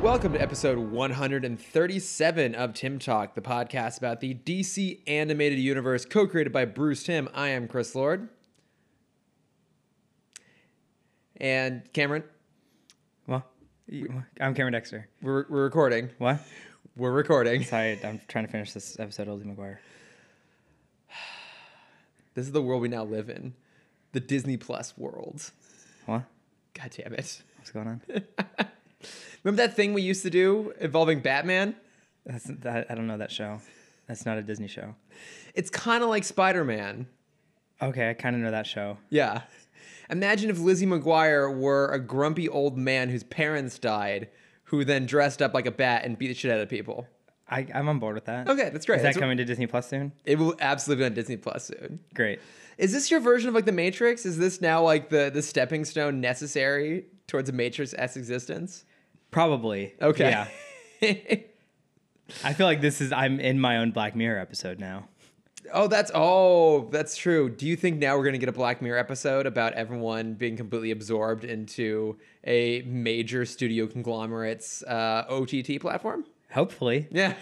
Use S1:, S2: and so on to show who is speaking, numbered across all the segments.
S1: Welcome to episode 137 of Tim Talk, the podcast about the DC animated universe co created by Bruce Tim. I am Chris Lord. And Cameron,
S2: Well, you- I'm Cameron Dexter.
S1: we're, we're recording.
S2: What?
S1: We're recording.
S2: Sorry, I'm trying to finish this episode of Lizzie McGuire.
S1: This is the world we now live in the Disney Plus world.
S2: What?
S1: God damn it.
S2: What's going on?
S1: Remember that thing we used to do involving Batman?
S2: That's that, I don't know that show. That's not a Disney show.
S1: It's kind of like Spider Man.
S2: Okay, I kind of know that show.
S1: Yeah. Imagine if Lizzie McGuire were a grumpy old man whose parents died, who then dressed up like a bat and beat the shit out of people.
S2: I, I'm on board with that.
S1: Okay, that's great.
S2: Is
S1: That's
S2: that coming to Disney Plus soon?
S1: It will absolutely be on Disney Plus soon.
S2: Great.
S1: Is this your version of like the Matrix? Is this now like the the stepping stone necessary towards a Matrix s existence?
S2: Probably.
S1: Okay.
S2: Yeah. I feel like this is I'm in my own Black Mirror episode now.
S1: oh, that's oh, that's true. Do you think now we're gonna get a Black Mirror episode about everyone being completely absorbed into a major studio conglomerate's uh, OTT platform?
S2: Hopefully,
S1: Yeah.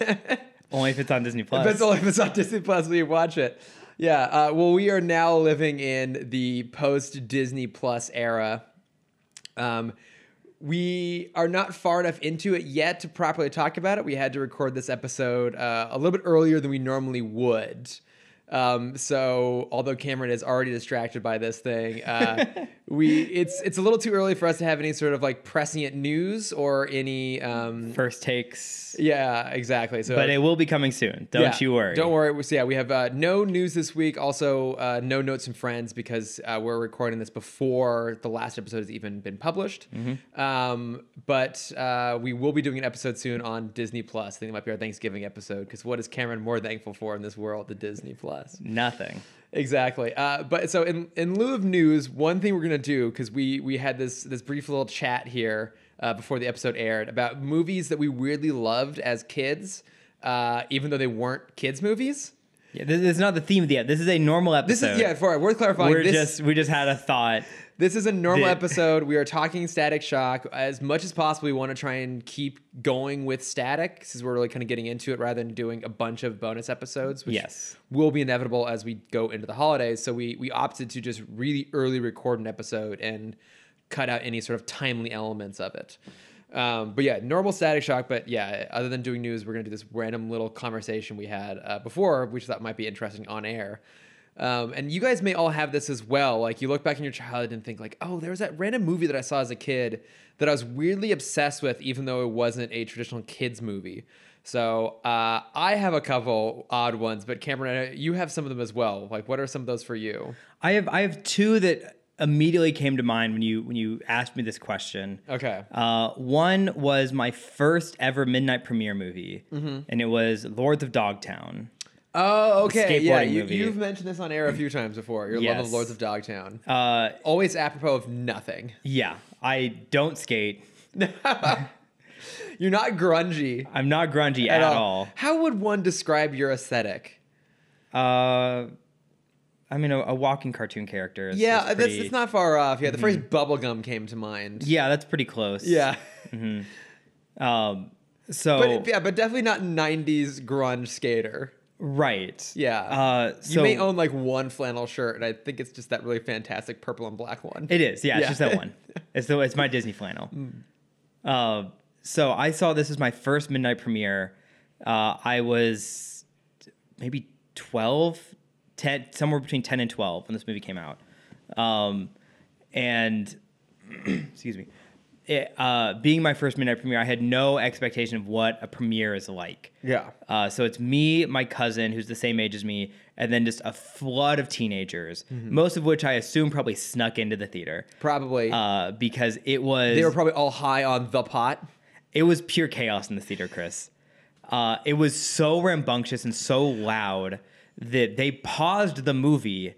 S2: only if it's on Disney Plus.
S1: That's only if it's on Disney Plus when you watch it. Yeah. Uh, well, we are now living in the post Disney Plus era. Um, we are not far enough into it yet to properly talk about it. We had to record this episode uh, a little bit earlier than we normally would. Um, so, although Cameron is already distracted by this thing, uh, we it's it's a little too early for us to have any sort of like prescient news or any um,
S2: First takes,
S1: yeah exactly. So,
S2: but it will be coming soon. Don't
S1: yeah,
S2: you worry.
S1: Don't worry. We- So yeah, we have uh, no news this week. Also, uh, no notes from friends because uh, we're recording this before the last episode has even been published.
S2: Mm-hmm.
S1: Um, but uh, we will be doing an episode soon on Disney Plus. I think it might be our Thanksgiving episode because what is Cameron more thankful for in this world than Disney Plus?
S2: Nothing.
S1: Exactly. Uh, but so in in lieu of news, one thing we're gonna do because we we had this this brief little chat here uh, before the episode aired about movies that we weirdly loved as kids, uh, even though they weren't kids movies.
S2: Yeah, this is not the theme of the ep- This is a normal episode.
S1: This is yeah. For worth clarifying,
S2: We're
S1: this
S2: just we just had a thought.
S1: this is a normal
S2: Did-
S1: episode. We are talking Static Shock as much as possible. We want to try and keep going with Static since we're really kind of getting into it rather than doing a bunch of bonus episodes, which
S2: Yes.
S1: will be inevitable as we go into the holidays. So we we opted to just really early record an episode and cut out any sort of timely elements of it. Um, but yeah, normal Static Shock. But yeah, other than doing news, we're gonna do this random little conversation we had uh, before, which that might be interesting on air. Um, and you guys may all have this as well. Like you look back in your childhood and think like, oh, there was that random movie that I saw as a kid that I was weirdly obsessed with, even though it wasn't a traditional kids movie. So uh, I have a couple odd ones, but Cameron, I know you have some of them as well. Like, what are some of those for you?
S2: I have I have two that immediately came to mind when you when you asked me this question.
S1: Okay.
S2: Uh, one was my first ever midnight premiere movie,
S1: Mm-hmm.
S2: and it was Lords of Dogtown.
S1: Oh, okay. Yeah,
S2: skateboarding
S1: you,
S2: movie.
S1: you've mentioned this on air a few times before. Your love of
S2: Yes.
S1: Lords of Dogtown,
S2: Uh,
S1: always apropos of nothing.
S2: yeah, I don't skate.
S1: You're not grungy
S2: I'm not grungy
S1: at,
S2: at, all.
S1: How would one describe your aesthetic?
S2: Uh, I mean, a, a walking cartoon character. Is,
S1: Yeah, uh,
S2: is
S1: that's
S2: pretty- Mm-hmm.
S1: it's not far off. Yeah, the phrase bubblegum came to mind.
S2: Yeah, that's pretty close.
S1: Yeah.
S2: Um. So
S1: But yeah, but definitely not 90s grunge skater.
S2: right.
S1: Yeah.
S2: Uh.
S1: you
S2: So
S1: may own like one flannel shirt and I think it's just that really fantastic purple and black one.
S2: It is,
S1: Yeah.
S2: yeah.
S1: Hmm.
S2: It's just that one. It's the it's my Disney flannel. Uh, so I saw this as my first midnight premiere. Uh, I was maybe 12, 10, somewhere between ten and twelve when this movie came out. Um, and excuse me, it, uh, being my first midnight premiere, I had no expectation of what a premiere is like.
S1: yeah.
S2: Uh, so it's me, my cousin, who's the same age as me, and then just a flood of teenagers, most of which I assume probably snuck into the theater
S1: Mm-hmm. Probably.
S2: uh, because it was
S1: they were probably all high on the pot.
S2: it was pure chaos in the theater, Chris. Uh, it was so rambunctious and so loud that they paused the movie.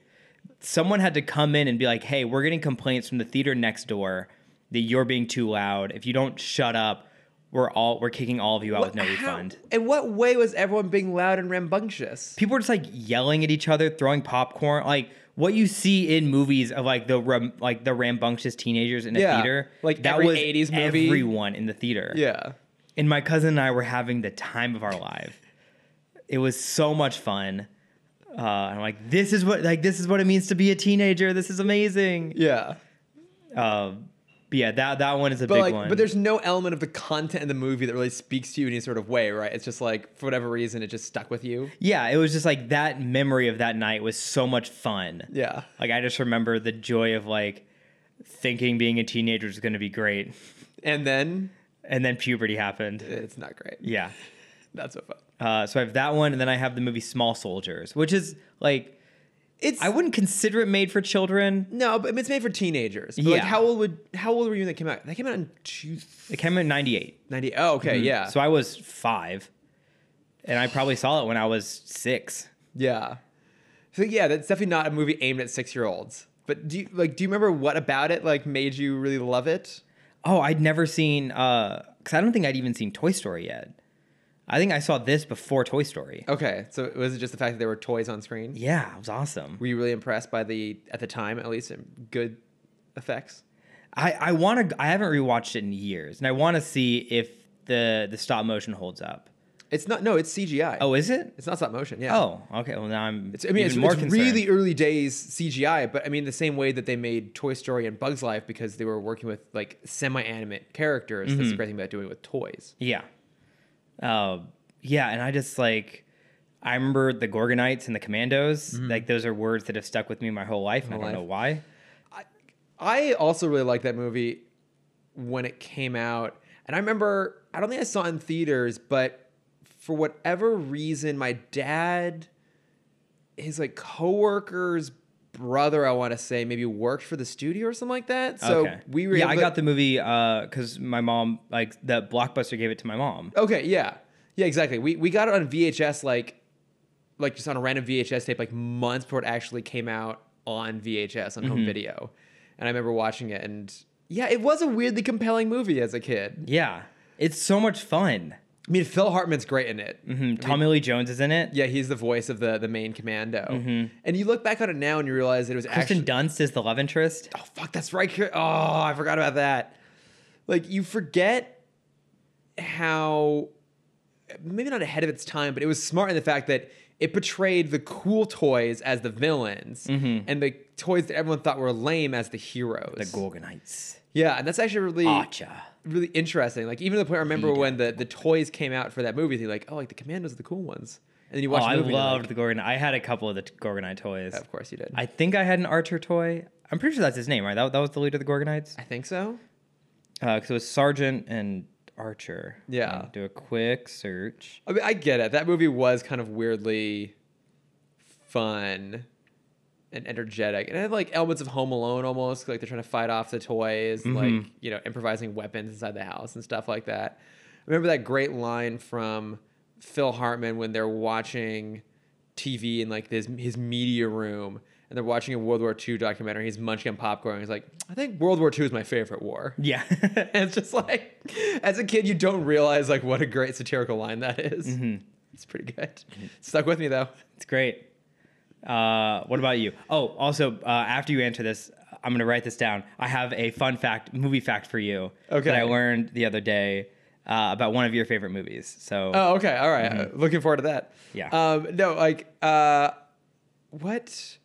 S2: Someone had to come in and be like, "Hey, we're getting complaints from the theater next door that you're being too loud. If you don't shut up, we're all we're kicking all of you out with no
S1: How-
S2: refund."
S1: In what way was everyone being loud and rambunctious?
S2: people are just like yelling at each other, throwing popcorn, like what you see in movies of like the ram- like the rambunctious teenagers in a
S1: Yeah,
S2: theater.
S1: like
S2: that
S1: every
S2: was
S1: 80s movie.
S2: everyone in the theater.
S1: Yeah.
S2: and my cousin and I were having the time of our life. It was so much fun. Uh, I'm like, this is what like this is what it means to be a teenager. This is amazing.
S1: Yeah.
S2: Uh, but yeah, that that one is a
S1: But
S2: big
S1: like,
S2: one.
S1: but there's no element of the content in the movie that really speaks to you in any sort of way, right? It's just like for whatever reason, it just stuck with you.
S2: yeah, it was just like that memory of that night was so much fun.
S1: Yeah.
S2: Like I just remember the joy of like thinking being a teenager is going to be great,
S1: And then
S2: and then puberty happened.
S1: it's not great.
S2: Yeah.
S1: Not so fun.
S2: Uh, so I have that one, and then I have the movie Small Soldiers, which is like
S1: It's
S2: I wouldn't consider it made for children.
S1: no, but it's made for teenagers. But like,
S2: Yeah.
S1: how old would how old were you when that came out? That came out in two
S2: It came out in '98,
S1: ninety. Oh, okay, yeah,
S2: so I was five, and I probably saw it when I was six.
S1: yeah. So yeah, that's definitely not a movie aimed at six year olds. But do you like do you remember what about it like made you really love it?
S2: Oh, I'd never seen because I don't think I'd even seen Toy Story yet. I think I saw this before Toy Story.
S1: Okay, so was it just the fact that there were toys on screen?
S2: Yeah, it was awesome.
S1: Were you really impressed by the at the time at least good effects?
S2: I, I want to. I haven't rewatched it in years, and I want to see if the the stop motion holds up.
S1: It's not no, it's CGI.
S2: Oh, is it?
S1: it's not stop motion. Yeah.
S2: Oh, okay. Well, now I'm.
S1: It's, I mean, it's,
S2: even more
S1: it's
S2: concerned.
S1: really early days CGI, but I mean, the same way that they made Toy Story and Bugs Life because they were working with like semi animate characters. That's
S2: Mm-hmm.
S1: the great thing about doing it with toys.
S2: Yeah. Uh, yeah, and I just like I remember the Gorgonites and the Commandos. Like those are words that have stuck with me my whole life, and I
S1: Whole
S2: don't know
S1: Mm-hmm. life.
S2: why.
S1: I also really liked that movie when it came out. And I remember, I don't think I saw it in theaters, but for whatever reason, my dad, his like coworker's brother, I want to say, maybe worked for the studio or something like that. So we were
S2: yeah.
S1: able
S2: I
S1: to-
S2: got the movie because my mom like that blockbuster gave it to my mom.
S1: Okay, yeah. Yeah, exactly. We we got it on VHS like like just on a random VHS tape like months before it actually came out on VHS on home video. And I remember watching it and yeah, it was a weirdly compelling movie as a kid.
S2: Yeah, it's so much fun.
S1: I mean, Phil Hartman's great in it.
S2: Mm, Tommy Lee Jones is in it.
S1: Yeah, he's the voice of the the main commando. And you look back on it now and you realize it was
S2: Kristen
S1: actually
S2: Dunst is the love interest.
S1: Oh fuck, that's right. Kira- Oh, I forgot about that. Like you forget how maybe not ahead of its time, but it was smart in the fact that it portrayed the cool toys as the villains and the toys that everyone thought were lame as the heroes.
S2: Mm-hmm. The Ah. Gorgonites.
S1: Yeah, and that's actually really
S2: Gotcha.
S1: really interesting. Like even to the point I remember when the, the toys came out for that movie, they're like, oh, like the commandos are the cool ones. And then you
S2: Oh,
S1: watch
S2: I
S1: the movie. and you're like,
S2: loved the Gorgon. I had a couple of the t- Gorgonite toys.
S1: "Yeah, of course you did. I,
S2: I think I had an Archer toy. I'm pretty sure that's his name, right? That, that was the leader of the Gorgonites.
S1: think so.
S2: because it was Sergeant and Archer.
S1: Yeah.
S2: Um, do a quick search.
S1: I mean, I get it. That movie was kind of weirdly fun and energetic, and it had like elements of Home Alone almost. Like they're trying to fight off the toys, like you know, improvising weapons inside the house and stuff like that. I remember that great line from Phil Hartman when they're watching TV in like this his media room. And they're watching a World War II documentary. He's munching on popcorn. He's like, "I think World War II is my favorite war."
S2: Yeah.
S1: And it's just like, as a kid, you don't realize like what a great satirical line that is. It's pretty good. Stuck with me though.
S2: it's great. Uh, what about you? Oh, also, uh, after you answer this, I'm going to write this down. I have a fun fact, movie fact for you
S1: Okay.
S2: that I learned the other day uh, about one of your favorite movies. So,
S1: Oh, okay, all right. Uh, looking forward to that.
S2: Yeah.
S1: Um, no, like, uh, what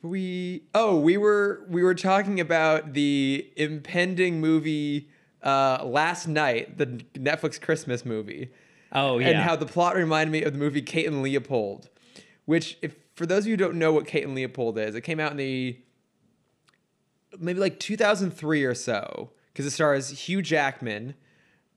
S1: we? Oh, we were we were talking about the impending movie uh, last night, the Netflix Christmas movie.
S2: oh, yeah.
S1: and how the plot reminded me of the movie Kate and Leopold, which, if for those of you who don't know what Kate and Leopold is, it came out in the maybe like 2003 or so because it stars Hugh Jackman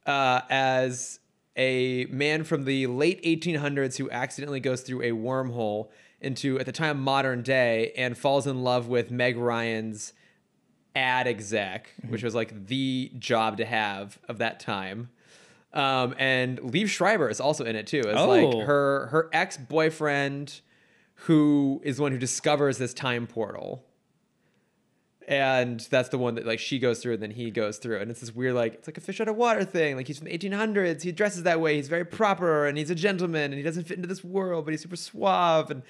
S1: uh, as a man from the late 1800s who accidentally goes through a wormhole into at the time modern day and falls in love with Meg Ryan's ad exec, which was like the job to have of that time. Um, and Liev Schreiber is also in it too. As
S2: Oh.
S1: like her her ex boyfriend, who is the one who discovers this time portal, and that's the one that like she goes through and then he goes through, and it's this weird like it's like a fish out of water thing. Like he's from the 1800s, he dresses that way, he's very proper, and he's a gentleman, and he doesn't fit into this world, but he's super suave and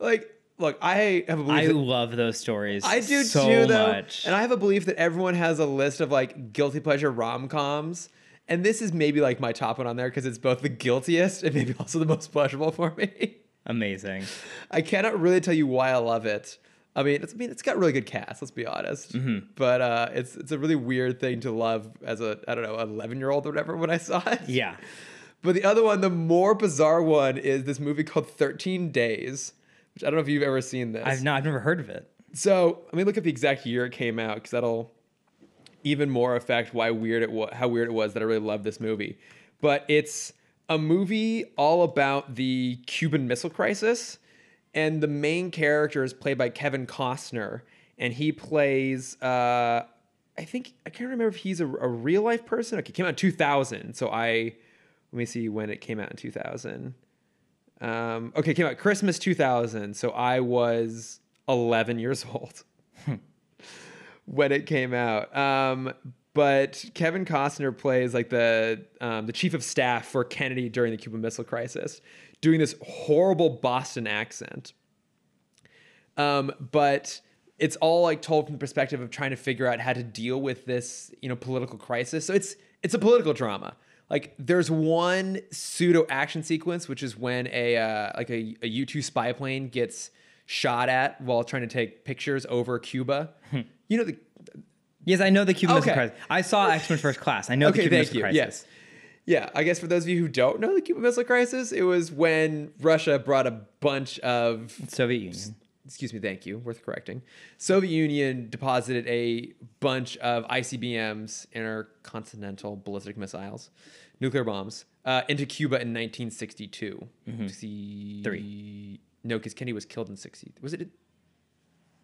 S1: like. Look, I have a belief
S2: I
S1: that-
S2: love those stories.
S1: I do
S2: so
S1: too, though.
S2: much.
S1: And I have a belief that everyone has a list of like guilty pleasure rom coms, And this is maybe like my top one on there because it's both the guiltiest and maybe also the most pleasurable for me.
S2: Amazing.
S1: I cannot really tell you why I love it. I mean, it's, I mean, it's got really good cast. Let's be honest.
S2: Mm-hmm.
S1: But uh, it's it's a really weird thing to love as a I don't know eleven year old or whatever when I saw it.
S2: Yeah.
S1: But the other one, the more bizarre one, is this movie called Thirteen Days, which I don't know if you've ever seen this.
S2: I've not I've never heard of it.
S1: So let me look at the exact year it came out because that'll even more affect why weird it was, how weird it was that I really loved this movie. But it's a movie all about the Cuban Missile Crisis, and the main character is played by Kevin Costner, and he plays. Uh, I think I can't remember if he's a, a real life person. Okay, it came out in 2000. So I let me see when it came out in 2000. Um, okay, it came out Christmas 2000. So I was 11 years old when it came out. Um, but Kevin Costner plays like the um, the chief of staff for Kennedy during the Cuban Missile Crisis, doing this horrible Boston accent. Um, but it's all like told from the perspective of trying to figure out how to deal with this, you know, political crisis. So it's it's a political drama. Like there's one pseudo action sequence, which is when a uh, like a, a U-2 spy plane gets shot at while trying to take pictures over Cuba.
S2: Hmm.
S1: you know the
S2: Yes, I know the Cuban Missile
S1: Okay.
S2: Crisis. I saw X Men First Class. I know the Cuban Missile Crisis.
S1: Yes. Yeah, I guess for those of you who don't know the Cuban Missile Crisis, it was when Russia brought a bunch of
S2: Soviet Union.
S1: excuse me, thank you, worth correcting. Soviet Union deposited a bunch of ICBMs, intercontinental ballistic missiles, nuclear bombs, uh, into Cuba in 1962. Three. No, because Kennedy was killed in 60. Was it?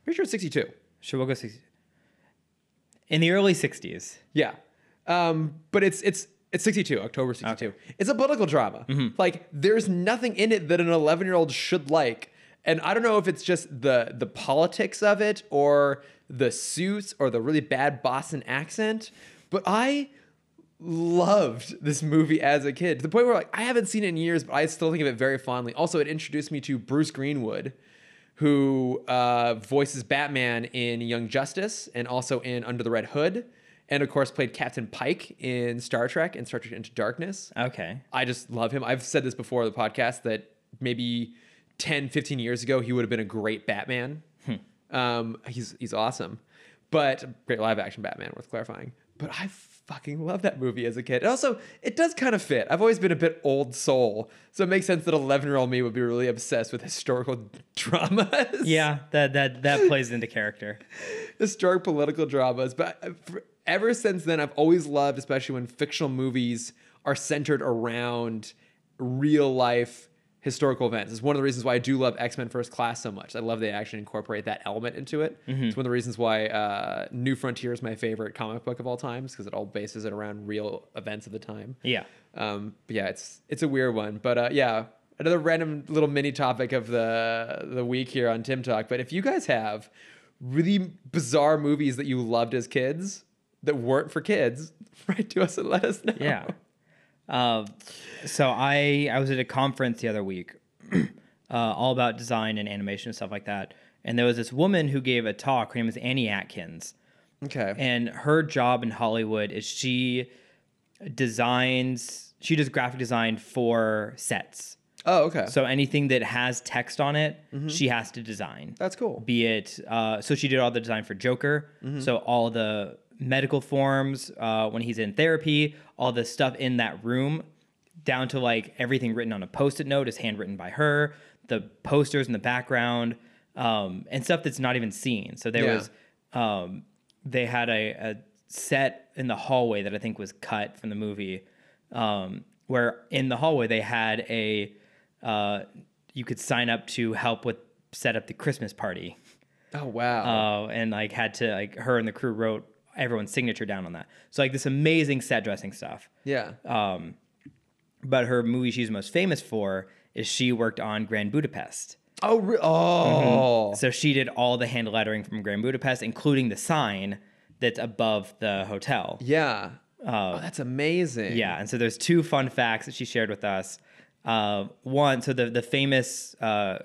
S1: Pretty sure it's 62.
S2: Should we go six? In the early '60s.
S1: Yeah. Um, but it's it's it's 62, October 62. It's a political drama. Like there's nothing in it that an 11-year-old should like. And I don't know if it's just the the politics of it or the suits or the really bad Boston accent, but I loved this movie as a kid to the point where like I haven't seen it in years, but I still think of it very fondly. Also, it introduced me to Bruce Greenwood, who uh, voices Batman in Young Justice and also in Under the Red Hood, and of course played Captain Pike in Star Trek and Star Trek Into Darkness.
S2: Okay.
S1: I just love him. I've said this before on the podcast that maybe 10, 15 years ago, he would have been a great Batman. Um, he's, he's awesome. But great live action Batman, worth clarifying. But I fucking love that movie as a kid. And also, it does kind of fit. I've always been a bit old soul. So it makes sense that 11 year old me would be really obsessed with historical dramas.
S2: Yeah, that that that plays into character.
S1: historic political dramas. But I- for, ever since then, I've always loved, especially when fictional movies are centered around real life historical events. It's one of the reasons why I do love X Men First Class so much. I love they actually incorporate that element into it. It's one of the reasons why uh, New Frontier is my favorite comic book of all times because it all bases it around real events of the time.
S2: Yeah.
S1: Um, but yeah, it's it's a weird one, but uh, yeah, another random little mini topic of the the week here on Tim Talk. But if you guys have really bizarre movies that you loved as kids that weren't for kids, write to us and let us know.
S2: Yeah. Uh, so I I was at a conference the other week, uh, all about design and animation and stuff like that. And there was this woman who gave a talk. Her name was Annie Atkins,
S1: Okay.
S2: and her job in Hollywood is she designs. She does graphic design for sets.
S1: oh, okay.
S2: So anything that has text on it, she has to design.
S1: That's cool.
S2: be it uh, so she did all the design for joker so all the medical forms uh, when he's in therapy all the stuff in that room down to like everything written on a post-it note is handwritten by her the posters in the background um, and stuff that's not even seen so there
S1: Yeah.
S2: was um, they had a, a set in the hallway that i think was cut from the movie um, where in the hallway they had a uh, you could sign up to help with set up the christmas party
S1: Oh wow.
S2: uh, and like had to like her and the crew wrote everyone's signature down on that. So like this amazing set dressing stuff.
S1: yeah.
S2: uh, But her movie she's most famous for is she worked on Grand Budapest.
S1: oh. Re- oh.
S2: So she did all the hand lettering from Grand Budapest, including the sign that's above the hotel.
S1: Yeah. oh, that's amazing.
S2: Uh, Yeah, and so there's two fun facts that she shared with us. Uh, one, so the the famous uh,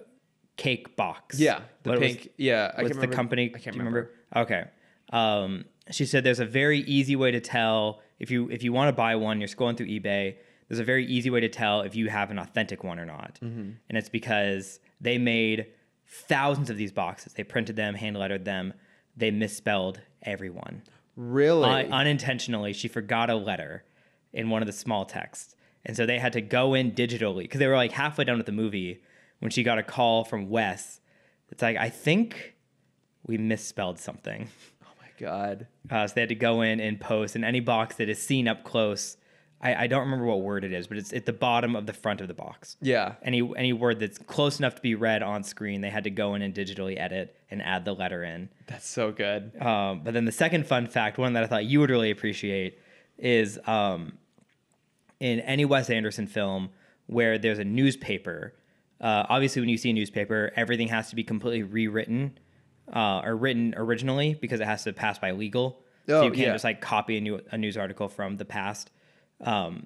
S2: cake box.
S1: Yeah. The
S2: What was-
S1: pink. yeah. I
S2: what's
S1: can't
S2: the
S1: remember-
S2: company?
S1: I can't
S2: Do you remember? Okay. Um, she said there's a very easy way to tell if you if you want to buy one you're scrolling through ebay there's a very easy way to tell if you have an authentic one or not
S1: Mm-hmm.
S2: and it's because they made thousands of these boxes they printed them hand lettered them they misspelled everyone
S1: Really?
S2: Un- unintentionally she forgot a letter in one of the small texts and so they had to go in digitally because they were like halfway done with the movie when she got a call from wes it's like i think we misspelled something
S1: oh my god.
S2: uh, so they had to go in and post in any box that is seen up close. I, I don't remember what word it is, but it's at the bottom of the front of the box.
S1: Yeah.
S2: Any any word that's close enough to be read on screen, they had to go in and digitally edit and add the letter in.
S1: That's so good.
S2: Um, but then the second fun fact, one that I thought you would really appreciate, is um, in any Wes Anderson film where there's a newspaper. Uh, obviously, when you see a newspaper, everything has to be completely rewritten uh, or written originally because it has to pass by legal. so
S1: Oh,
S2: you can't
S1: yeah.
S2: just like copy a, new, a news article from the past. Um,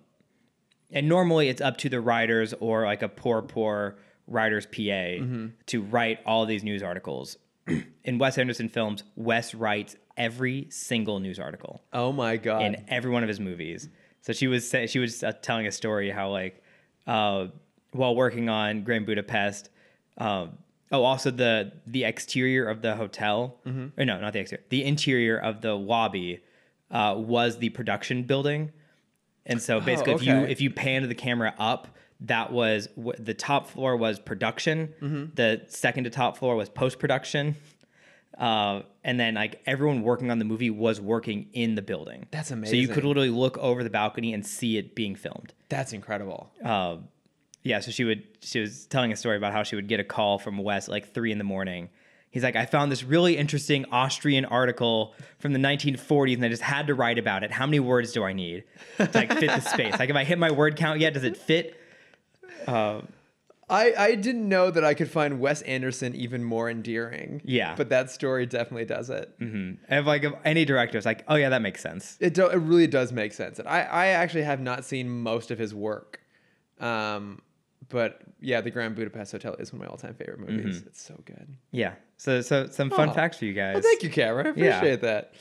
S2: and normally it's up to the writers or like a poor poor writer's pa
S1: Mm-hmm.
S2: to write all these news articles in wes anderson films wes writes every single news article
S1: Oh my god.
S2: in every one of his movies so she was say, she was uh, telling a story how like uh, while working on grand budapest um, oh also the the exterior of the hotel or no not the exterior the interior of the lobby uh, was the production building and so basically, if you
S1: okay.
S2: if you panned the camera up, that was wh- the top floor was production. The second to top floor was post production, uh, and then like everyone working on the movie was working in the building.
S1: That's
S2: So you could
S1: amazing.
S2: literally look over the balcony and see it being filmed.
S1: That's incredible.
S2: Um, yeah, so she would she was telling a story about how she would get a call from Wes at like three in the morning. He's like, I found this really interesting Austrian article from the 1940s, and I just had to write about it. How many words do I need to like fit the space? Like, have I hit my word count yet? Does it fit?
S1: I, I didn't know that I could find Wes Anderson even more endearing.
S2: Yeah. Mm-hmm.
S1: But that story definitely does it.
S2: If like if any director is like, oh yeah, that makes sense.
S1: It do, it really does make sense. And I, I actually have not seen most of his work. Um but yeah, The Grand Budapest Hotel is one of my all-time favorite movies.
S2: Mm-hmm.
S1: It's so good.
S2: Yeah. So so some fun
S1: Oh.
S2: facts for you guys.
S1: Well, thank you, Cameron. I
S2: Yeah.
S1: appreciate that.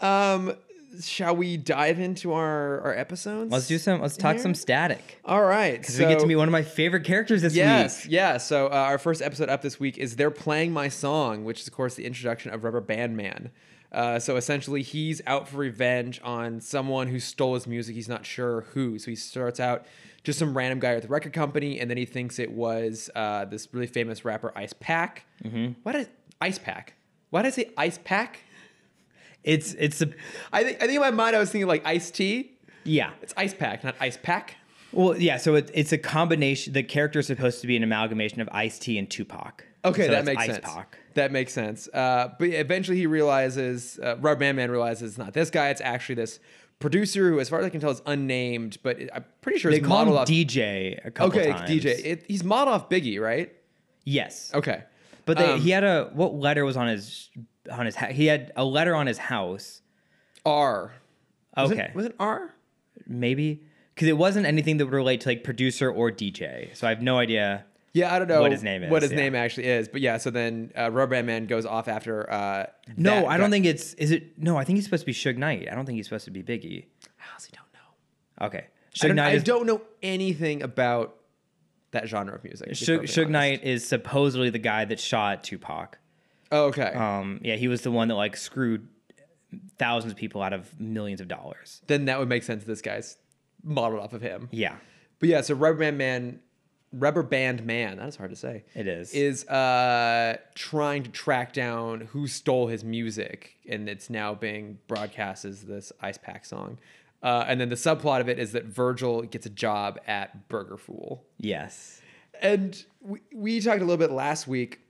S1: Um shall we dive into our our episodes?
S2: Let's do some. Let's talk
S1: Here?
S2: some static.
S1: All right.
S2: So, we get to
S1: so-
S2: meet one of my favorite characters this
S1: Yes,
S2: week.
S1: yeah. So uh, our first episode up this week is "They're Playing My Song," which is of course the introduction of Rubber Band Man. Uh, so essentially, he's out for revenge on someone who stole his music. He's not sure who. So he starts out just some random guy at the record company, and then he thinks it was uh, this really famous rapper Ice Pack. Mm-hmm. Why did Ice Pack? Why did I say Ice Pack?
S2: It's it's a
S1: I think I think in my mind I was thinking like Ice Tea.
S2: yeah.
S1: It's Ice Pack, not Ice Pack.
S2: Well, yeah. So it, it's a combination. The character is supposed to be an amalgamation of Ice T and Tupac.
S1: Okay,
S2: So
S1: that
S2: it's
S1: makes
S2: Ice
S1: sense.
S2: Pac.
S1: That makes sense. Uh, but eventually he realizes, uh, Rubber Band Man realizes it's not this guy. It's actually this producer who, as far as I can tell, is unnamed. But it- I'm pretty sure
S2: They
S1: it's
S2: call him
S1: modeled off.
S2: DJ a couple
S1: okay,
S2: times.
S1: DJ. It, he's modeled off Biggie, right?
S2: yes,
S1: Okay.
S2: but they,
S1: um,
S2: he had a what letter was on his on his ha- he had a letter on his house.
S1: R. Was
S2: Okay,
S1: It, was it R?
S2: maybe because it wasn't anything that would relate to like producer or DJ. So I have no idea.
S1: Yeah, I don't know
S2: What his name
S1: What
S2: is,
S1: his
S2: yeah.
S1: name actually is, but yeah. So then uh, Rubber Band Man goes off after. Uh,
S2: No,
S1: that
S2: I don't
S1: guy-
S2: think it's is it. No, I think he's supposed to be Suge Knight. I don't think he's supposed to be Biggie.
S1: I honestly don't know.
S2: Okay,
S1: I
S2: Suge
S1: don't,
S2: Knight
S1: I
S2: is
S1: don't know anything about that genre of music. to be
S2: Suge,
S1: perfectly
S2: Suge
S1: honest.
S2: Knight is supposedly the guy that shot Tupac.
S1: Oh, okay.
S2: Um, yeah, he was the one that like screwed thousands of people out of millions of dollars.
S1: then that would make sense. This guy's modeled off of him.
S2: Yeah,
S1: But yeah, so Rubber Band Man, Rubber Band Man, that is hard to say.
S2: It is.
S1: Is uh, trying to track down who stole his music, and it's now being broadcast as this Ice Pack song. Uh, and then the subplot of it is that Virgil gets a job at Burger Fool.
S2: yes,
S1: And we, we talked a little bit last week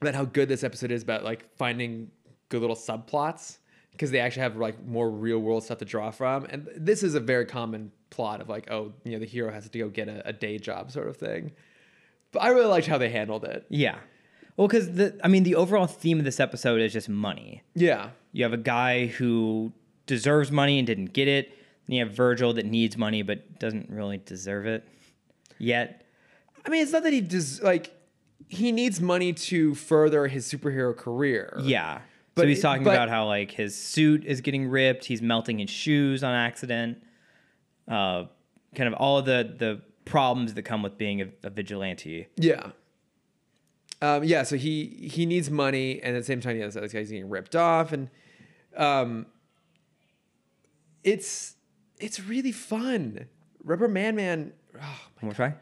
S1: about how good this episode is about like finding good little subplots because they actually have like more real world stuff to draw from. And this is a very common plot of like, oh, you know, the hero has to go get a, a day job sort of thing. But I really liked how they handled it.
S2: yeah. Well, because the I mean, the overall theme of this episode is just money.
S1: Yeah.
S2: You have a guy who deserves money and didn't get it. Then you have Virgil that needs money but doesn't really deserve it yet.
S1: I mean, it's not that he does like he needs money to further his superhero career.
S2: Yeah. so
S1: But
S2: he's
S1: it-
S2: talking
S1: but-
S2: about how like his suit is getting ripped. He's melting his shoes on accident. Uh, kind of all of the the problems that come with being a, a vigilante.
S1: Yeah. Um, yeah, so he he needs money, and at the same time, yeah, this other guy's getting ripped off, and um, it's it's really fun. Rubber Man Man, oh,
S2: One more try.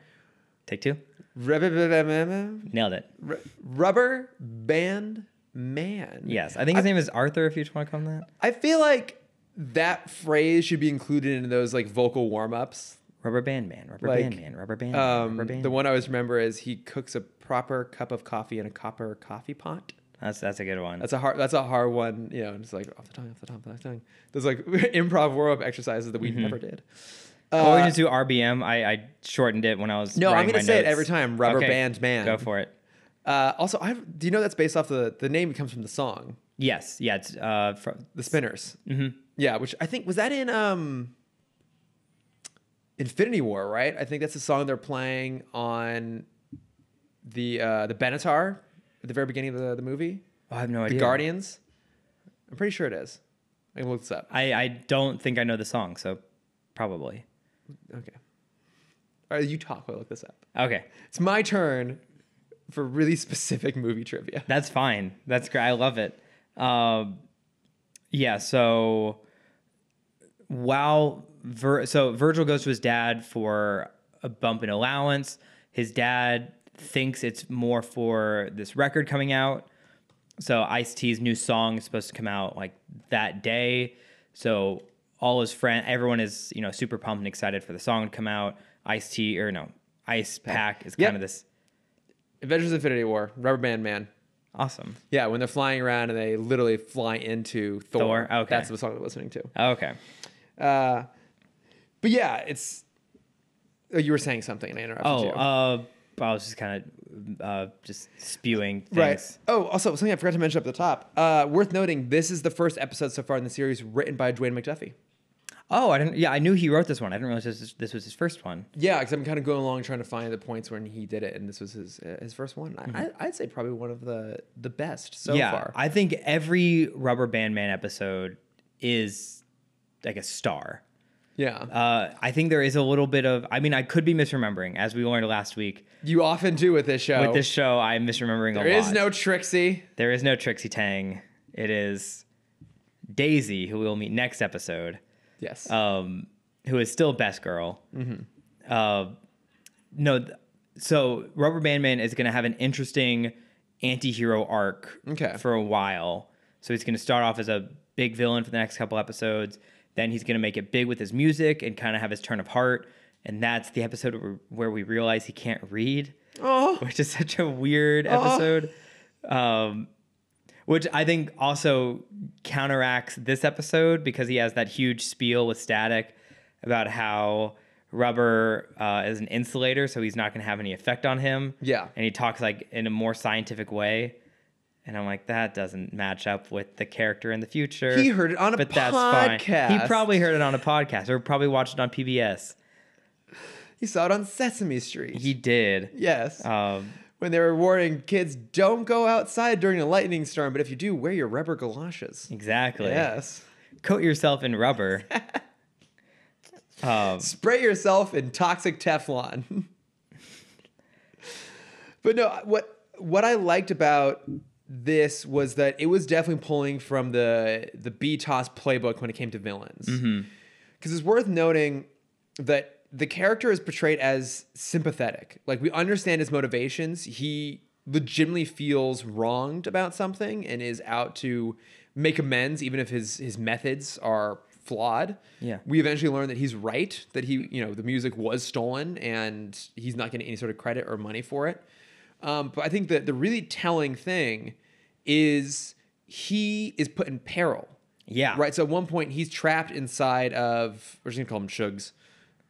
S2: Take two.
S1: rubber, Band-
S2: Nailed it.
S1: Ru- rubber Band Man.
S2: Yes, I think his name is Arthur. If you just want to call him that.
S1: I feel like that phrase should be included in those like vocal warm ups.
S2: Rubber band man. Rubber
S1: Like,
S2: band man. Rubber band. man,
S1: Um,
S2: rubber band.
S1: the one I always remember is he cooks a proper cup of coffee in a copper coffee pot.
S2: that's that's a good one.
S1: That's a hard. That's a hard one. You know, just like off the tongue, off the tongue, off the tongue. There's like improv warm up exercises that we never did.
S2: or Mm-hmm. we
S1: Uh,
S2: just do RBM. I, I shortened it when I was.
S1: No, I'm
S2: writing
S1: gonna
S2: my
S1: say it
S2: notes.
S1: every time, rubber
S2: Okay,
S1: band man.
S2: Go for it.
S1: uh, also, I do you know that's based off the the name comes from the song,
S2: Yes. Yeah. It's, uh, fro-
S1: the Spinners.
S2: mhm.
S1: Yeah, which I think was that in um, Infinity War, right? I think that's the song they're playing on the uh, the Benatar at the very beginning of the, the movie,
S2: Oh, I have no
S1: the
S2: idea.
S1: Guardians. I'm pretty sure it is. I can look this up.
S2: I, I don't think I know the song, so probably.
S1: Okay. All right, you talk while I look this up.
S2: Okay.
S1: It's my turn for really specific movie trivia.
S2: That's fine. That's great. I love it. Um, yeah. So while Vir- so Virgil goes to his dad for a bump in allowance, his dad thinks it's more for this record coming out. So Ice T's new song is supposed to come out like that day. So all his friend, everyone is you know super pumped and excited for the song to come out. Ice T or no, Ice Pack is
S1: Yep.
S2: kind of this
S1: Avengers Infinity War, Rubber Band Man.
S2: awesome.
S1: Yeah, when they're flying around and they literally fly into Thor.
S2: Thor, okay.
S1: That's the song they're listening to.
S2: Oh, Okay.
S1: Uh, but yeah, it's. oh, You were saying something and I interrupted
S2: Oh,
S1: you.
S2: uh, I was just kind of uh, just spewing things.
S1: right. Oh, also, something I forgot to mention up the top. Uh, worth noting this is the first episode so far in the series written by Dwayne McDuffie.
S2: Oh, I didn't. Yeah, I knew he wrote this one. I didn't realize this, this was his first one.
S1: Yeah, because I'm kind of going along trying to find the points when he did it, and this was his uh, his first one. I, I, I'd say probably one of the the best so
S2: Mm-hmm. yeah,
S1: far.
S2: I think every Rubber Band Man episode is like a star.
S1: yeah,
S2: Uh, I think there is a little bit of. I mean, I could be misremembering, as we learned last week
S1: you often do with this show.
S2: with this show. I'm misremembering
S1: there
S2: a lot.
S1: is no Trixie.
S2: There is no Trixie Tang. It is Daisy, who we'll meet next episode.
S1: Yes.
S2: um, who is still best girl. Uh, no, th- so Rubber Band Man is going to have an interesting anti-hero arc
S1: Okay.
S2: for a while. So he's going to start off as a big villain for the next couple episodes. Then he's going to make it big with his music and kind of have his turn of heart. And that's the episode where- where we realize he can't read
S1: oh,
S2: which is such a weird episode. Um, which I think also counteracts this episode because he has that huge spiel with Static about how rubber uh, is an insulator, so he's not going to have any effect on him.
S1: Yeah.
S2: And he talks like in a more scientific way. And I'm like, that doesn't match up with the character in the future.
S1: He heard it on a
S2: but that's fine.
S1: podcast.
S2: He probably heard it on a podcast or probably watched it on PBS.
S1: he saw it on Sesame Street.
S2: He did.
S1: yes,
S2: Um,
S1: when they were warning kids, don't go outside during a lightning storm, but if you do, wear your rubber galoshes.
S2: exactly.
S1: Yes.
S2: coat yourself in rubber. um,
S1: spray yourself in toxic Teflon. but no, what what I liked about this was that it was definitely pulling from the the BTOS playbook when it came to villains. Because it's worth noting that the character is portrayed as sympathetic. Like we understand his motivations. He legitimately feels wronged about something and is out to make amends, even if his his methods are flawed
S2: Yeah.
S1: we eventually learn that he's right that he you know the music was stolen and he's not getting any sort of credit or money for it um, but i think that the really telling thing is he is put in peril
S2: yeah.
S1: right so at one point he's trapped inside of we're just gonna call him shugs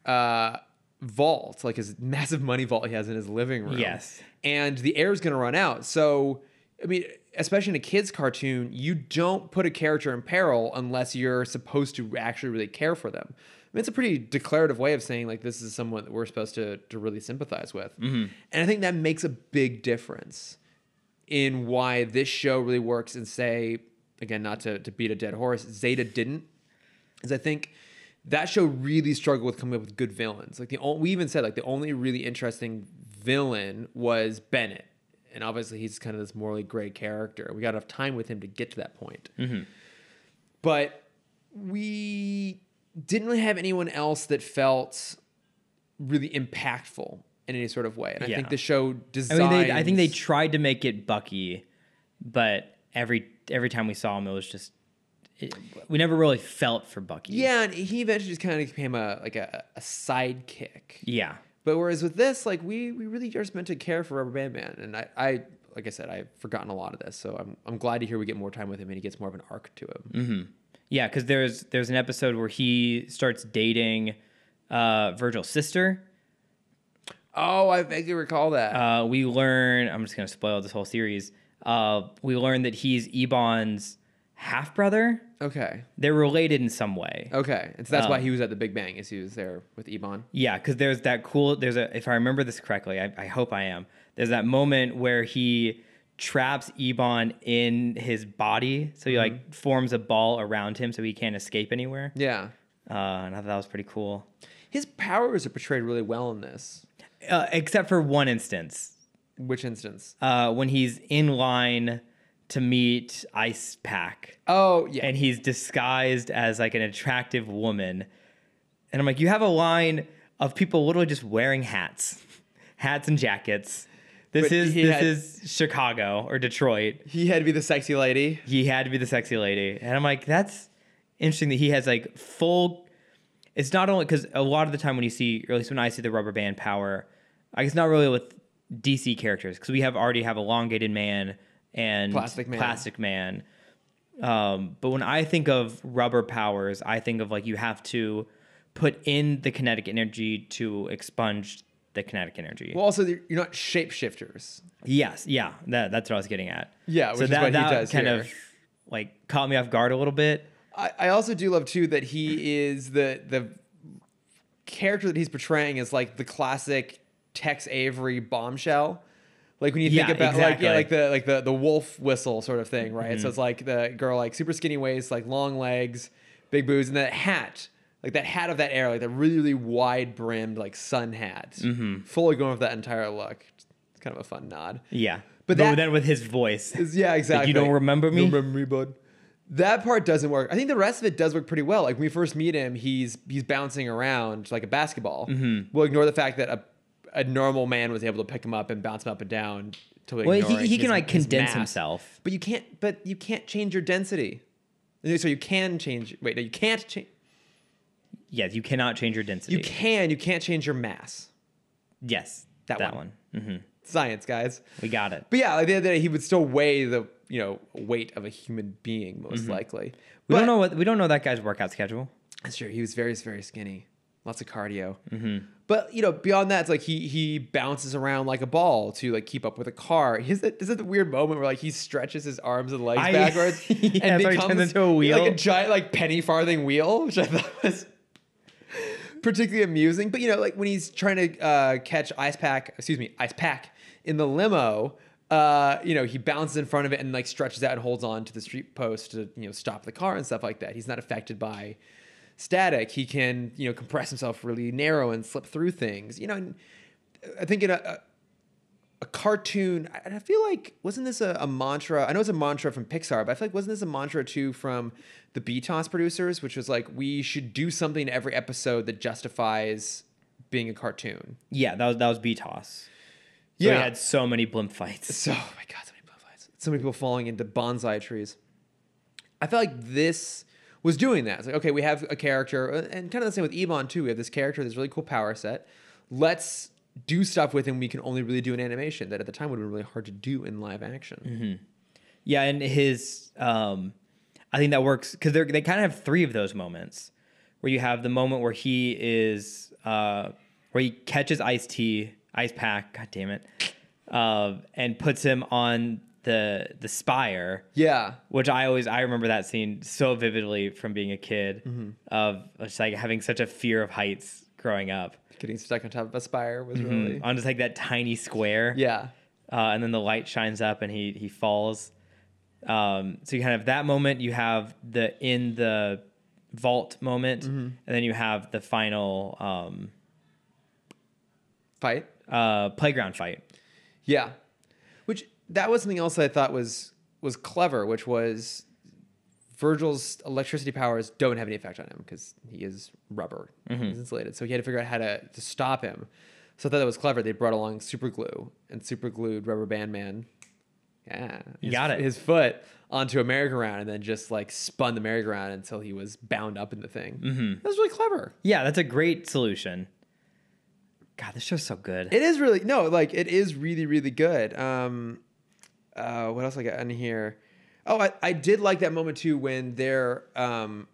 S1: uh, vault like his massive money vault he has in his living room
S2: Yes.
S1: and the air's gonna run out so i mean especially in a kids cartoon you don't put a character in peril unless you're supposed to actually really care for them I mean, it's a pretty declarative way of saying like this is someone that we're supposed to, to really sympathize with and i think that makes a big difference in why this show really works in say again, not to, to beat a dead horse, Zeta didn't, is I think that show really struggled with coming up with good villains. Like the only, we even said like the only really interesting villain was Bennett, and obviously he's kind of this morally gray character. We got enough time with him to get to that point,
S2: Mm-hmm.
S1: but we didn't really have anyone else that felt really impactful in any sort of way. And I
S2: Yeah.
S1: think the show
S2: I
S1: designs.
S2: mean, they, I think they tried to make it Bucky, but every every time we saw him, it was just it, we never really felt for Bucky.
S1: Yeah, and he eventually just kind of became a like a, a sidekick.
S2: yeah.
S1: But whereas with this, like we we really are just meant to care for Rubber Band Man, and I, I like I said, I've forgotten a lot of this, so I'm I'm glad to hear we get more time with him and he gets more of an arc to him.
S2: Mm. Yeah, because there's there's an episode where he starts dating uh, Virgil's sister.
S1: Oh, I vaguely recall that.
S2: Uh, we learn I'm just gonna spoil this whole series. Uh, we learn that he's Ebon's half brother.
S1: okay,
S2: They're related in some way.
S1: okay, and so that's
S2: um,
S1: why he was at the Big Bang, is he was there with Ebon.
S2: Yeah, because there's that cool. There's a if I remember this correctly, I, I hope I am. There's that moment where he traps Ebon in his body, so he like forms a ball around him, so he can't escape anywhere.
S1: Yeah,
S2: Uh, and I thought that was pretty cool.
S1: his powers are portrayed really well in this.
S2: Uh, except for one instance,
S1: Which instance?
S2: uh, when he's in line to meet Ice Pack,
S1: Oh yeah,
S2: and he's disguised as like an attractive woman, and I'm like, you have a line of people literally just wearing hats, hats and jackets. This
S1: But
S2: is
S1: he
S2: this
S1: had-
S2: is Chicago or Detroit.
S1: he had to be the sexy lady.
S2: He had to be the sexy lady, and I'm like, that's interesting that he has like full. It's not only because a lot of the time when you see, or at least when I see the rubber band power, I guess not really with DC characters because we have already have elongated man and
S1: Plastic Man.
S2: Plastic Man. Um, but when I think of rubber powers, I think of like you have to put in the kinetic energy to expunge the kinetic energy.
S1: Well, also you're you're not shapeshifters.
S2: Yes, yeah, that, that's what I was getting at.
S1: Yeah, which is what he does
S2: kind
S1: here.
S2: of like caught me off guard a little bit.
S1: I, I also do love too that he is the the character that he's portraying is like the classic Tex Avery bombshell. Like when you think
S2: Yeah,
S1: about like yeah,
S2: exactly. Mm-hmm.
S1: like the like the the wolf whistle sort of thing, right? So it's like the girl like super skinny waist, like long legs, big boobs, and that hat. Like that hat of that era, like that really, really wide brimmed like sun hat.
S2: Mm-hmm.
S1: Fully going with that entire look. It's kind of a fun nod.
S2: Yeah,
S1: But
S2: but,
S1: that-
S2: then with his voice,
S1: Is- Yeah, exactly.
S2: don't remember me?
S1: You don't remember me, bud. That part doesn't work. I think the rest of it does work pretty well. Like when we first meet him, he's he's bouncing around like a basketball.
S2: Mm-hmm.
S1: We'll ignore the fact that a a normal man was able to pick him up and bounce him up and down. Totally
S2: well, he,
S1: ignoring
S2: he can
S1: his-
S2: like
S1: his
S2: condense
S1: mass.
S2: himself.
S1: but you can't. But you can't change your density. So you can change. Wait, no, you can't change.
S2: Yes, you cannot change your density.
S1: You can. You can't change your mass.
S2: Yes,
S1: That
S2: that,
S1: one.
S2: one. Mm-hmm.
S1: Science, guys.
S2: We got it.
S1: But yeah, like the other day, he would still weigh the you know weight of a human being most likely.
S2: Mm-hmm. We
S1: But-
S2: don't know what we don't know that guy's workout schedule.
S1: That's true. He was very, very skinny. Lots of cardio.
S2: Mm-hmm.
S1: But you know, beyond that, it's like he he bounces around like a ball to like keep up with a car. Is it is it the weird moment where like he stretches his arms and legs
S2: I-
S1: backwards
S2: Yeah,
S1: and
S2: that's why he
S1: becomes
S2: turns into a wheel.
S1: like a giant like penny farthing wheel, which I thought was particularly amusing. But you know, like when he's trying to uh, catch Ice Pack, excuse me, Ice Pack in the limo. Uh, you know, he bounces in front of it and like stretches out and holds on to the street post to you know stop the car and stuff like that. He's not affected by static. He can you know compress himself really narrow and slip through things. You know, and I think in a, a a cartoon, I- and I feel like wasn't this a, a mantra? I know it's a mantra from Pixar, but I feel like wasn't this a mantra too from the BTOS producers, which was like we should do something every episode that justifies being a cartoon.
S2: Yeah, that was that was B toss. So
S1: Yeah.
S2: we had so many blimp fights.
S1: So oh my god, so many blow fights. So many people falling into bonsai trees. I felt like this was doing that. It's like, okay, we have a character, uh, and kind of the same with Ebon too. We have this character, this really cool power set. Let's do stuff with him we can only really do in animation that at the time would have been really hard to do in live action.
S2: Yeah, and his um I think that works because they they kind of have three of those moments where you have the moment where he is uh where he catches Ice T Ice Pack, god damn it, um and puts him on the the spire,
S1: Yeah.
S2: which I always I remember that scene so vividly from being a kid of just like having such a fear of heights growing up
S1: Getting stuck on top of a spire was really
S2: on just like that tiny square
S1: Yeah.
S2: uh, and then the light shines up and he he falls. Um, so you kind of have that moment, you have the in the vault moment, and then you have the final um,
S1: Fight.
S2: uh, playground fight.
S1: Yeah. Which that was something else that I thought was was clever, which was Virgil's electricity powers don't have any effect on him because he is rubber.
S2: Mm-hmm.
S1: He's insulated. So he had to figure out how to, to stop him. So I thought that was clever. They brought along super glue and super glued rubber band man. Yeah.
S2: You
S1: his-
S2: got it.
S1: His foot onto a merry-go-round and then just like spun the merry-go-round until he was bound up in the thing. Mm-hmm. That was really clever.
S2: Yeah, that's a great solution. God, this show's so good.
S1: It is really no, like it is really really good. Um, uh, what else I got in here? Oh, I, I did like that moment too when they're um,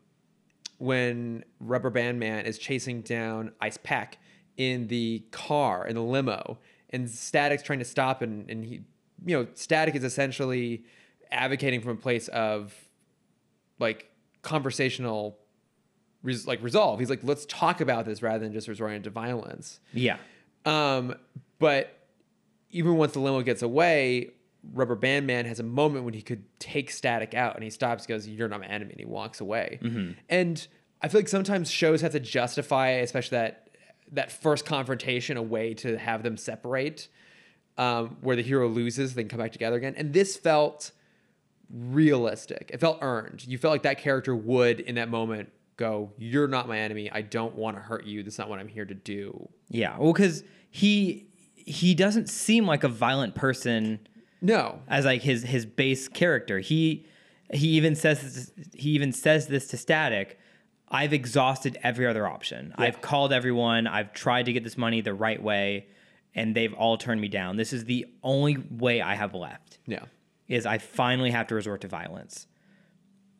S1: when Rubber Band Man is chasing down Ice Pack in the car in the limo, and Static's trying to stop, and and he, you know, Static is essentially advocating from a place of like conversational. Res- like resolve. He's like, let's talk about this rather than just resorting to violence.
S2: yeah.
S1: Um, but even once the limo gets away, Rubber Band Man has a moment when he could take Static out, and he stops, goes, "You're not my enemy," and he walks away. And I feel like sometimes shows have to justify, especially that that first confrontation, a way to have them separate, um, where the hero loses, then come back together again. And this felt realistic. It felt earned. You felt like that character would, in that moment, go, "You're not my enemy. I don't want to hurt you. That's not what I'm here to do."
S2: Yeah. Well, because he he doesn't seem like a violent person
S1: No,
S2: as like his his base character. He he even says this, he even says this to Static. I've exhausted every other option. I've called everyone. I've tried to get this money the right way, and they've all turned me down. This is the only way I have left.
S1: Yeah.
S2: is I finally have to resort to violence.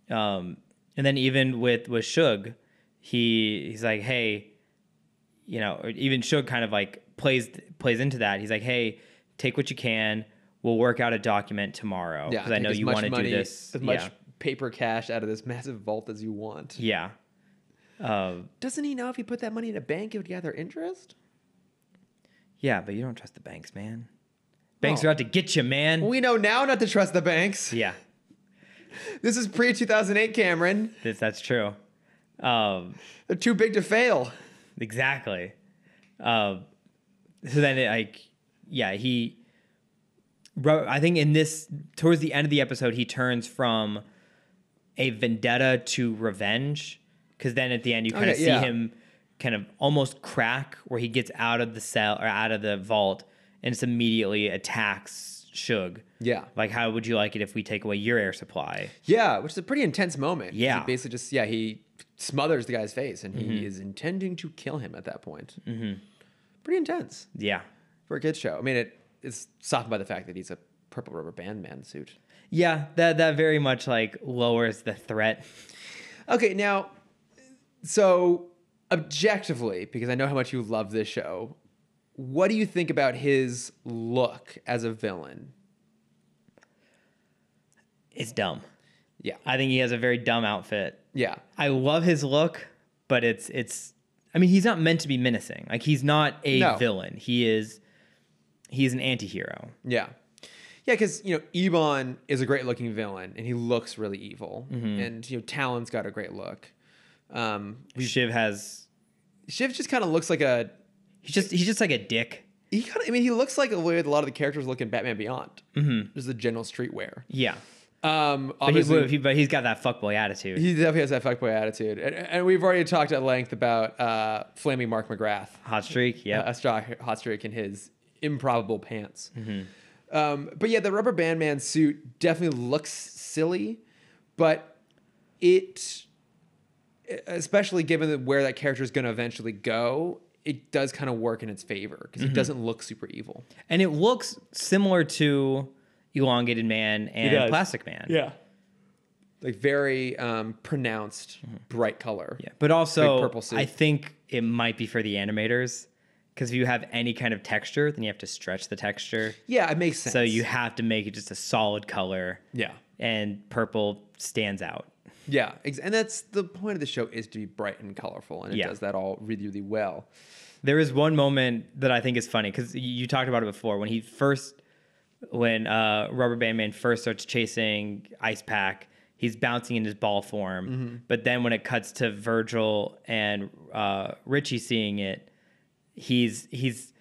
S2: Um, and then even with with Suge, he he's like, hey, you know, or even Suge kind of like plays plays into that. He's like, hey, take what you can. We'll work out a document tomorrow
S1: Yeah.
S2: because I
S1: take
S2: know
S1: as
S2: you
S1: much
S2: want to do
S1: money-
S2: this.
S1: As much paper cash out of this massive vault as you want.
S2: Yeah, yeah, uh,
S1: Doesn't he know if he put that money in a bank, it would gather interest?
S2: yeah. But you don't trust the banks, man. Banks
S1: No.
S2: are out to get you, man.
S1: We know now not to trust the banks.
S2: yeah,
S1: This is pre 2008, Cameron.
S2: that's, that's true. Um,
S1: They're too big to fail.
S2: Exactly. Um, so then, it, like, yeah, he. Ro- I think in this, towards the end of the episode, he turns from a vendetta to revenge. Because then at the end, you kind of
S1: Okay,
S2: see
S1: yeah.
S2: him kind of almost crack where he gets out of the cell or out of the vault and just immediately attacks Shug.
S1: Yeah.
S2: Like, how would you like it if we take away your air supply?
S1: Yeah, which is a pretty intense moment. 'cause he
S2: Yeah. Mm-hmm.
S1: basically just, yeah, he smothers the guy's face and he is intending to kill him at that point. Mm-hmm. Pretty intense
S2: Yeah.
S1: for a kid's show. I mean, it, it's softened by the fact that he's a purple rubber band man suit.
S2: Yeah, that, that very much like lowers the threat.
S1: Okay, now, so objectively, because I know how much you love this show, what do you think about his look as a villain?
S2: It's dumb.
S1: Yeah,
S2: I think he has a very dumb outfit.
S1: yeah,
S2: I love his look, but it's it's I mean, he's not meant to be menacing. Like he's not a
S1: No.
S2: villain. He is he's an anti-hero.
S1: yeah, yeah. Because you know, Ebon is a great-looking villain, and he looks really evil.
S2: Mm-hmm.
S1: And you know, Talon's got a great look. Um,
S2: Shiv has
S1: Shiv just kind of looks like a.
S2: he's just he's just like a dick.
S1: He kind of, I mean, he looks like a way that a lot of the characters look in Batman Beyond. Mm-hmm. Just the general streetwear.
S2: Yeah.
S1: Um,
S2: But he's,
S1: obviously-
S2: he, but he's got that fuckboy attitude.
S1: He definitely has that fuckboy attitude. And, and we've already talked at length about uh, flaming Mark McGrath,
S2: Hot streak, yeah.
S1: a straw hot streak in his improbable pants.
S2: Mm-hmm.
S1: Um, but yeah, the rubber band man suit definitely looks silly, but it, especially given that where that character is going to eventually go, it does kind of work in its favor because
S2: Mm-hmm.
S1: he doesn't look super evil.
S2: and it looks similar to Elongated Man and
S1: does.
S2: Plastic Man.
S1: Yeah. Like very um, pronounced bright color.
S2: Mm-hmm. Yeah, but also
S1: Big purple suit.
S2: I think it might be for the animators because if you have any kind of texture, then you have to stretch the texture.
S1: Yeah, it makes sense.
S2: So you have to make it just a solid color.
S1: Yeah.
S2: And purple stands out.
S1: Yeah, ex- and that's the point of the show is to be bright and colorful, and it
S2: Yeah.
S1: does that all really, really well.
S2: There is one moment that I think is funny because you talked about it before when he first when uh, Rubber Band Man first starts chasing Ice Pack, he's bouncing in his ball form.
S1: Mm-hmm.
S2: But then when it cuts to Virgil and uh, Richie seeing it, he's he's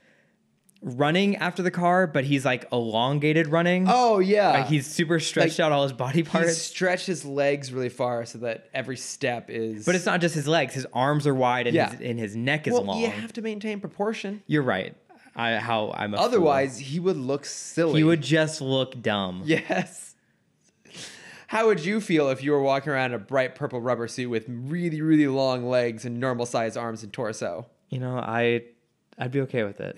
S2: running after the car, but he's like elongated running.
S1: Oh yeah,
S2: Like, he's super stretched out all his body
S1: he
S2: parts.
S1: stretched his legs really far so that every step is.
S2: But it's not just his legs; his arms are wide, and
S1: Yeah.
S2: his and his neck is
S1: well,
S2: long.
S1: you have to maintain proportion.
S2: You're right. I how I'm a fool.
S1: Otherwise, he would look silly.
S2: he would just look dumb.
S1: Yes. How would you feel if you were walking around in a bright purple rubber suit with really, really long legs and normal sized arms and torso?
S2: You know, I I'd be okay with it.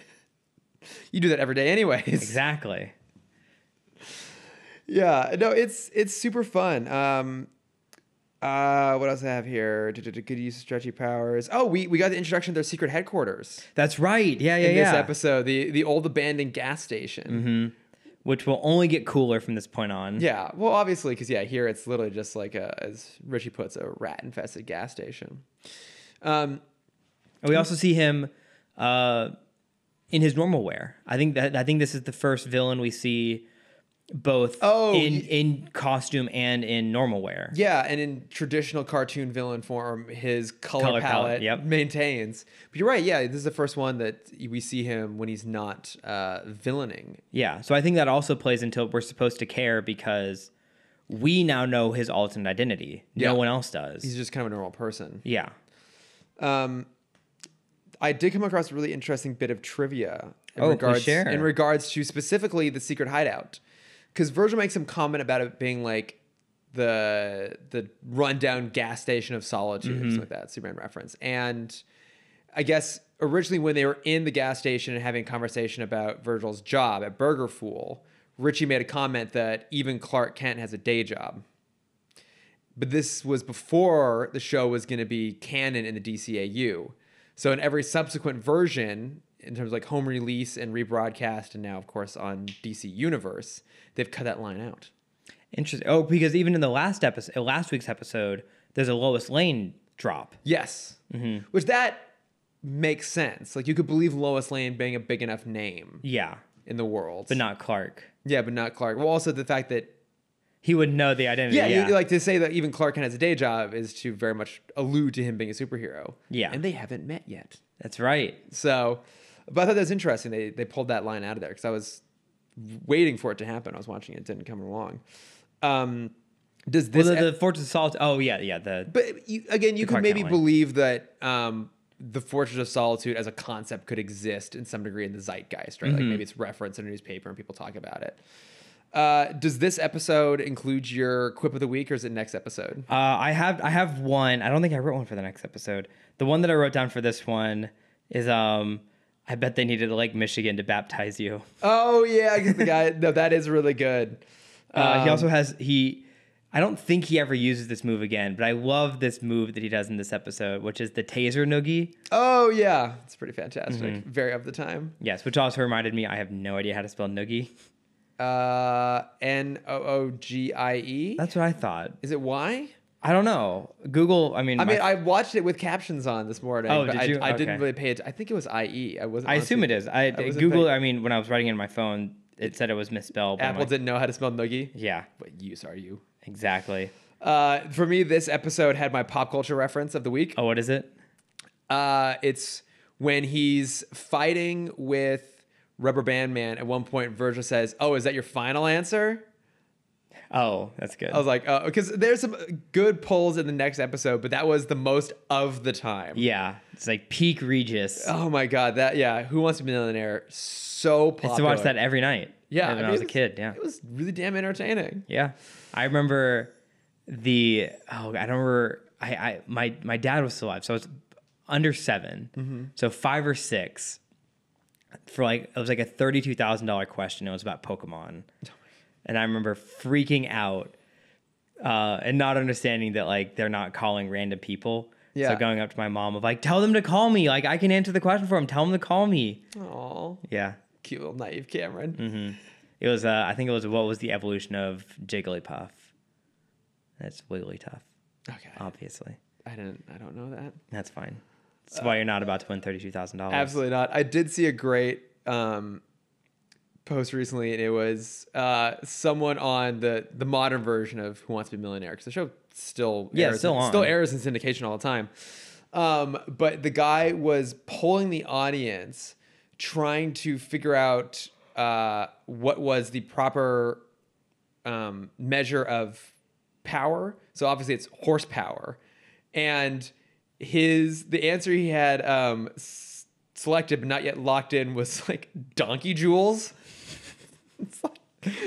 S1: You do that every day, anyways.
S2: Exactly.
S1: Yeah. No, it's it's super fun. Um, uh, what else I have here? Good use of stretchy powers. Oh, we, we got the introduction to their secret headquarters
S2: That's right. Yeah, yeah,
S1: in
S2: yeah.
S1: this episode. The the old abandoned gas station.
S2: Which will only get cooler from this point on.
S1: Yeah. Well, obviously, because yeah, here it's literally just like a, as Richie puts, a rat infested gas station. Um,
S2: And we also see him uh, in his normal wear. I think that I think this is the first villain we see both
S1: Oh,
S2: in
S1: y-
S2: in costume and in normal wear.
S1: Yeah, and in traditional cartoon villain form, his color,
S2: Color
S1: palette,
S2: palette, yep.
S1: maintains. But you're right. Yeah, this is the first one that we see him when he's not uh, villaining.
S2: Yeah. So I think that also plays into we're supposed to care because we now know his alternate identity.
S1: Yeah.
S2: No one else does.
S1: He's just kind of a normal person.
S2: yeah.
S1: Um, I did come across a really interesting bit of trivia in
S2: Oh, please
S1: regards
S2: share.
S1: in regards to specifically the secret hideout, because Virgil makes some comment about it being like the the rundown gas station of solitude, or something
S2: Mm-hmm.
S1: like that. Superman reference, and I guess originally when they were in the gas station and having a conversation about Virgil's job at Burger Fool, Richie made a comment that even Clark Kent has a day job but this was before the show was going to be canon in the DCAU. So in every subsequent version, in terms of like home release and rebroadcast, and now of course on DC Universe, they've cut that line out.
S2: Interesting. Oh, because even in the last episode, last week's episode, there's a Lois Lane drop.
S1: Yes,
S2: Mm-hmm.
S1: which that makes sense. Like you could believe Lois Lane being a big enough name
S2: Yeah,
S1: in the world,
S2: but not Clark.
S1: yeah, but not Clark. Well, also the fact that
S2: He would know the identity.
S1: yeah,
S2: Yeah,
S1: you- like to say that even Clark Kent has a day job is to very much allude to him being a superhero.
S2: Yeah.
S1: and they haven't met yet.
S2: that's right.
S1: So, but I thought that was interesting. They they pulled that line out of there because I was waiting for it to happen. I was watching it, it didn't come along. Um, does this? e-
S2: Well, the,
S1: ep-
S2: the Fortress of Solitude. Oh, yeah, yeah. The
S1: but you, again, you could
S2: Clark
S1: maybe
S2: Kent line.
S1: believe that um, the Fortress of Solitude as a concept could exist in some degree in the zeitgeist, right? Like maybe it's referenced in a newspaper and people talk about it. Uh, does this episode include your quip of the week, or is it next episode?
S2: uh, I have I have one. I don't think I wrote one for the next episode. The one that I wrote down for this one is um. I bet they needed Lake Michigan to baptize you.
S1: Oh yeah, I guess the guy. no, that is really good.
S2: Uh, he
S1: Um,
S2: also has he. I don't think he ever uses this move again, but I love this move that he does in this episode, which is the taser noogie.
S1: Oh yeah, it's pretty fantastic. Very of the time.
S2: Yes, which also reminded me I have no idea how to spell noogie.
S1: Uh, N O O G I E.
S2: That's what I thought.
S1: Is it Y?
S2: I don't know. Google. I mean,
S1: I
S2: my-
S1: mean, I watched it with captions on this morning,
S2: Oh,
S1: but
S2: did
S1: I,
S2: you?
S1: I didn't
S2: Okay.
S1: really pay attention. I think it was I E. I wasn't.
S2: I
S1: honestly-
S2: assume it is. I,
S1: wasn't
S2: Google.
S1: paying-
S2: I mean, when I was writing it in my phone, it said it was misspelled. but I'm
S1: Apple
S2: like,
S1: didn't know how to spell noogie.
S2: Yeah,
S1: What use are you?
S2: exactly.
S1: Uh, for me, this episode had my pop culture reference of the week.
S2: Oh, what is it? Oh.
S1: Uh, it's when he's fighting with Rubber Band Man. At one point, Virgil says, "Oh, is that your final answer?"
S2: Oh, that's good.
S1: I was like, "Oh," because there's some good pulls in the next episode, but that was the most of the time.
S2: yeah, it's like peak Regis.
S1: Oh my god, that yeah. Who wants to be a millionaire? So
S2: I
S1: popular.
S2: used to watch that every night.
S1: Yeah,
S2: when I,
S1: mean,
S2: was
S1: it
S2: a kid. Yeah,
S1: it was really damn entertaining.
S2: yeah. I remember the. Oh, I don't remember. I, I my my dad was still alive, so I was under 7 so five or six. For like it was like a thirty-two thousand dollar question. It was about Pokemon, and I remember freaking out uh, and not understanding that like they're not calling random people.
S1: Yeah.
S2: So going up to my mom of like, tell them to call me. Like I can answer the question for them. Tell them to call me.
S1: Aw,
S2: Yeah. Mm-hmm.
S1: cute little naive Cameron.
S2: It was. Uh, I think it was what was the evolution of Jigglypuff. That's Wigglytuff,
S1: Okay,
S2: obviously.
S1: I didn't. I don't know that.
S2: That's fine. That's why you're not about to win thirty-two thousand dollars.
S1: Absolutely not. I did see a great um, post recently, and it was uh, someone on the the modern version of Who Wants to Be a Millionaire because the show still
S2: Yeah,
S1: airs,
S2: still on.
S1: still errors in syndication all the time. Um, but the guy was polling the audience, trying to figure out uh, what was the proper um, measure of power. So obviously it's horsepower, and his the answer he had um, s- selected but not yet locked in was like donkey jewels. It's like,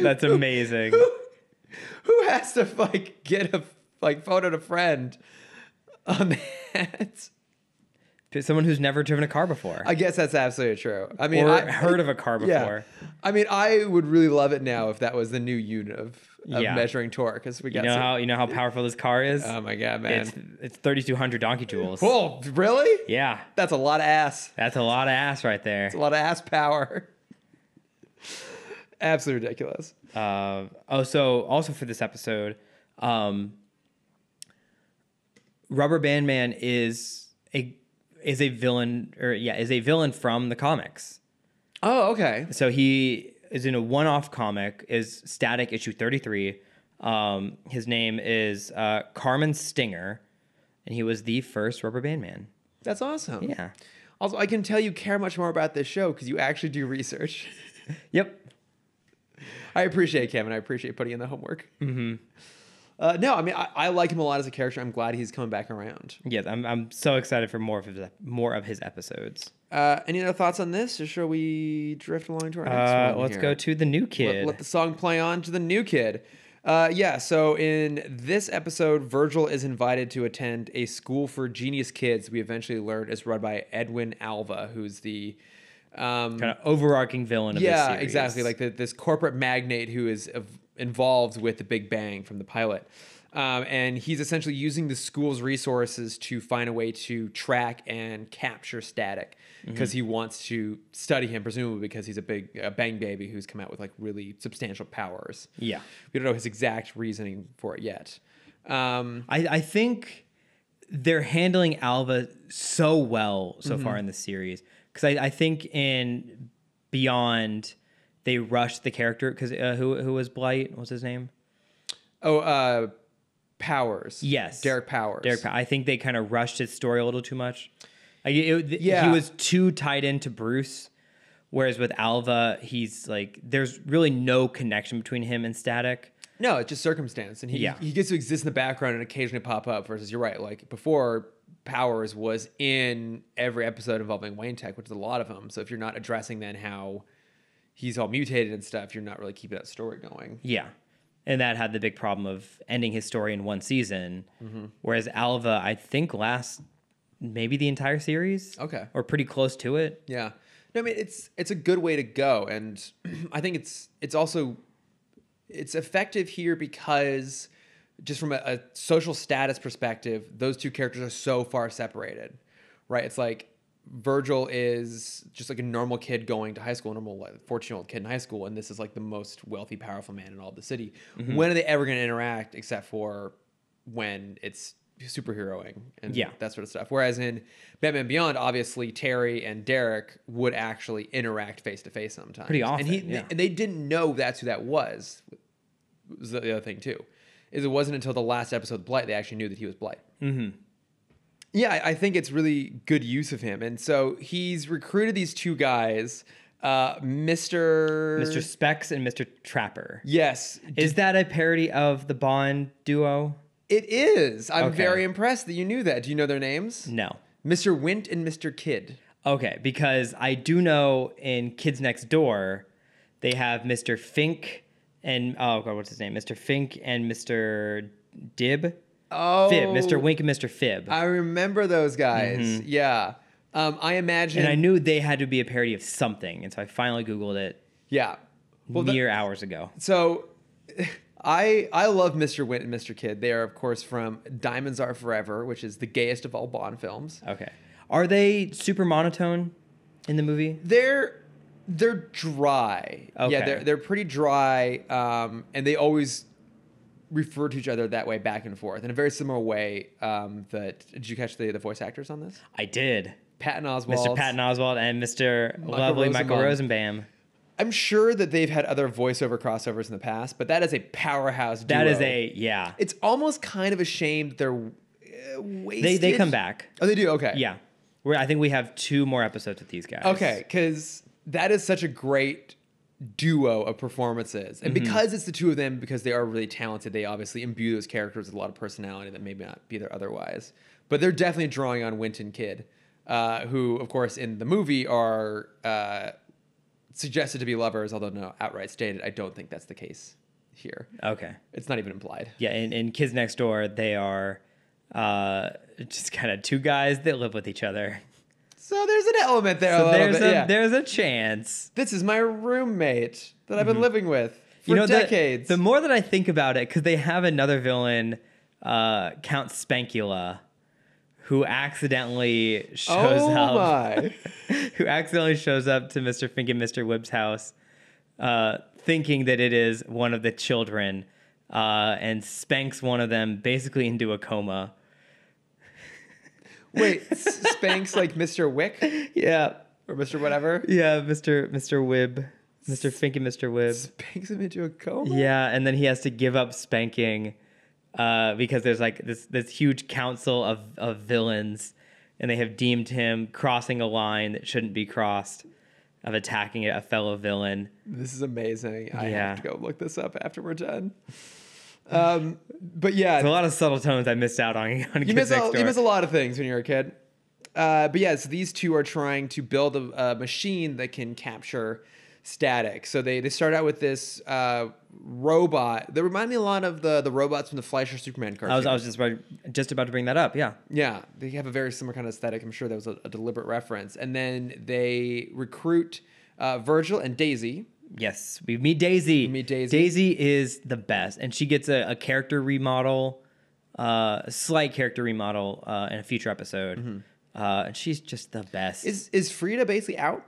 S2: That's amazing.
S1: who, who has to like get a like phone and a friend on that?
S2: Someone who's never driven a car before
S1: I guess that's absolutely true. I mean,
S2: or
S1: I,
S2: heard of a car before.
S1: yeah. I mean, I would really love it now if that was the new unit of, of
S2: Yeah.
S1: measuring torque. Because we
S2: You
S1: got
S2: know
S1: some-
S2: how you know how powerful this car is.
S1: oh my god, man!
S2: it's it's thirty two hundred donkey joules.
S1: Whoa, really?
S2: Yeah,
S1: That's a lot of ass.
S2: that's a lot of ass right there.
S1: That's a lot of ass power. Absolutely ridiculous.
S2: Uh, oh, so also for this episode, um, Rubber Band Man is a is a villain or yeah is a villain from the comics.
S1: Oh, okay.
S2: So he is in a one off comic is Static issue thirty three. Um, his name is uh, Carmen Stinger, and he was the first Rubber Band Man.
S1: That's awesome.
S2: Yeah.
S1: Also, I can tell you care much more about this show because you actually do research.
S2: Yep.
S1: I appreciate it, Kevin. I appreciate putting in the homework. Mm-hmm. Uh, no, I mean, I, I like him a lot as a character. I'm glad he's coming back around.
S2: Yes, I'm, I'm so excited for more of his more of his episodes.
S1: Uh, any other thoughts on this, or shall we drift along to our next
S2: Uh,
S1: one?
S2: let's
S1: here?
S2: go to the new kid.
S1: Let, let the song play on to the new kid. Uh, yeah, so in this episode, Virgil is invited to attend a school for genius kids. We eventually learned is run by Edwin Alva, who's the um,
S2: kind of overarching villain of this
S1: yeah,
S2: series.
S1: exactly. Like the, this corporate magnate who is of- involved with the Big Bang from the pilot. Um, and he's essentially using the school's resources to find a way to track and capture Static
S2: Mm-hmm.
S1: because he wants to study him, presumably because he's a big a bang baby who's come out with like really substantial powers.
S2: Yeah.
S1: We don't know his exact reasoning for it yet. Um,
S2: I, I think they're handling Alva so well so far in the series because I, I think in Beyond they rushed the character because uh, who who was Blight? What's his name?
S1: oh, uh, Powers.
S2: Yes.
S1: Derek Powers.
S2: Derek. Pa- I think they kind of rushed his story a little too much. Like it, it-
S1: Yeah.
S2: he was too tied into Bruce. Whereas with Alva, he's like there's really no connection between him and Static.
S1: No, it's just circumstance, and he
S2: Yeah.
S1: he gets to exist in the background and occasionally pop up. Versus, you're right. Like before, Powers was in every episode involving Wayne Tech, which is a lot of them. So if you're not addressing then how he's all mutated and stuff, you're not really keeping that story going.
S2: Yeah. And that had the big problem of ending his story in one season.
S1: Mm-hmm.
S2: Whereas Alva, I think, lasts maybe the entire series.
S1: Okay.
S2: Or pretty close to it.
S1: Yeah. No, I mean it's it's a good way to go, and I think it's it's also it's effective here because just from a, a social status perspective, those two characters are so far separated, right? It's like Virgil is just like a normal kid going to high school, a normal like, 14 year old kid in high school, and this is like the most wealthy, powerful man in all the city. When are they ever going to interact except for when it's superheroing and
S2: Yeah.
S1: that sort of stuff? Whereas in Batman Beyond, obviously Terry and Derek would actually interact face to face sometimes.
S2: Pretty
S1: And, he,
S2: often, yeah.
S1: and they didn't know that's who that was was the other thing too, is it wasn't until the last episode of Blight they actually knew that he was Blight. Mm-hmm. Yeah, I- I think it's really good use of him, and so he's recruited these two guys, uh, Mister
S2: Mr. Specs and Mr. Trapper.
S1: Yes,
S2: Is that a parody of the Bond duo?
S1: it is. I'm
S2: Okay. Mm.
S1: very impressed that you knew that. Do you know their names?
S2: No.
S1: Mister Wint and Mister Kid.
S2: Okay, because I do know in Kids Next Door, they have Mr. Fink and oh god, what's his name? Mr. Fink and Mr. Dib.
S1: Oh,
S2: Fib, Mr. Wink and Mr. Fib.
S1: I remember those guys. Yeah, um, I imagine.
S2: and I knew they had to be a parody of something, and so I finally Googled it
S1: yeah, the-
S2: mere hours ago.
S1: So I I love Mr. Wint and Mr. Kid. They are of course from Diamonds Are Forever, which is the gayest of all Bond films.
S2: Okay, are they super monotone in the movie?
S1: They're they're dry. Yeah,
S2: Okay.
S1: they're they're pretty dry um, and they always refer to each other that way back and forth in a very similar way um, that did you catch the, the voice actors on this?
S2: I did.
S1: Patton Oswald.
S2: Mr. Patton Oswald and Mr.
S1: Michael
S2: Lovely Michael
S1: Rosenbaum.
S2: Rosenbaum.
S1: I'm sure that they've had other voiceover crossovers in the past, but that is a powerhouse. Duo.
S2: That is a yeah.
S1: It's almost kind of ashamed they're uh, wasted.
S2: They they come back.
S1: Oh, they do. Okay.
S2: Yeah, we I think we have two more episodes with these guys.
S1: Okay, because that is such a great duo of performances,
S2: Mm-hmm.
S1: and because it's the two of them, because they are really talented, they obviously imbue those characters with a lot of personality that may not be there otherwise. But they're definitely drawing on Winton Kid, uh, who, of course, in the movie are uh, suggested to be lovers, although no outright stated. I don't think that's the case here.
S2: Okay.
S1: It's not even implied.
S2: Yeah, in, in Kids Next Door, they are uh, just kind of two guys that live with each other.
S1: So there's an element there.
S2: So
S1: a little
S2: there's
S1: bit,
S2: a
S1: yeah.
S2: there's a chance.
S1: this is my roommate that I've been living with for
S2: Mm-hmm. you know, the-
S1: decades.
S2: The, more that I think about it, because they have another villain, uh, Count Spankula, who accidentally shows
S1: oh
S2: up.
S1: my!
S2: who accidentally shows up to Mr. Fink and Mr. Wibb's house, uh, thinking that it is one of the children, uh, and spanks one of them basically into a coma.
S1: Wait, S- Spanx like Mr. Wick
S2: Yeah,
S1: or Mr. Whatever
S2: yeah, Mr. Mr. Wibb, Mr. Fink and Mr. Wibb.
S1: spanks him into a coma.
S2: Yeah, and then he has to give up spanking uh, because there's like this this huge council of of villains, and they have deemed him crossing a line that shouldn't be crossed, of attacking a fellow villain.
S1: This is amazing. I
S2: Yeah.
S1: have to go look this up after we're done. Um, but yeah,
S2: There's a lot of subtle tones I missed out on. on Kids
S1: you miss
S2: Next
S1: a,
S2: Door.
S1: you miss a lot of things when you're a kid. Uh, but yeah, so these two are trying to build a, a machine that can capture static. So they they start out with this uh, robot that remind me a lot of the the robots from the Fleischer Superman cartoon.
S2: I was, I was just about, just about to bring that up. Yeah.
S1: Yeah, they have a very similar kind of aesthetic. I'm sure that was a, a deliberate reference. And then they recruit uh, Virgil and Daisy.
S2: Yes. We meet Daisy.
S1: meet Daisy.
S2: Daisy is the best, and she gets a, a character remodel, uh, a slight character remodel uh, in a future episode.
S1: Mm-hmm.
S2: Uh, and she's just the best.
S1: Is is Frida basically out?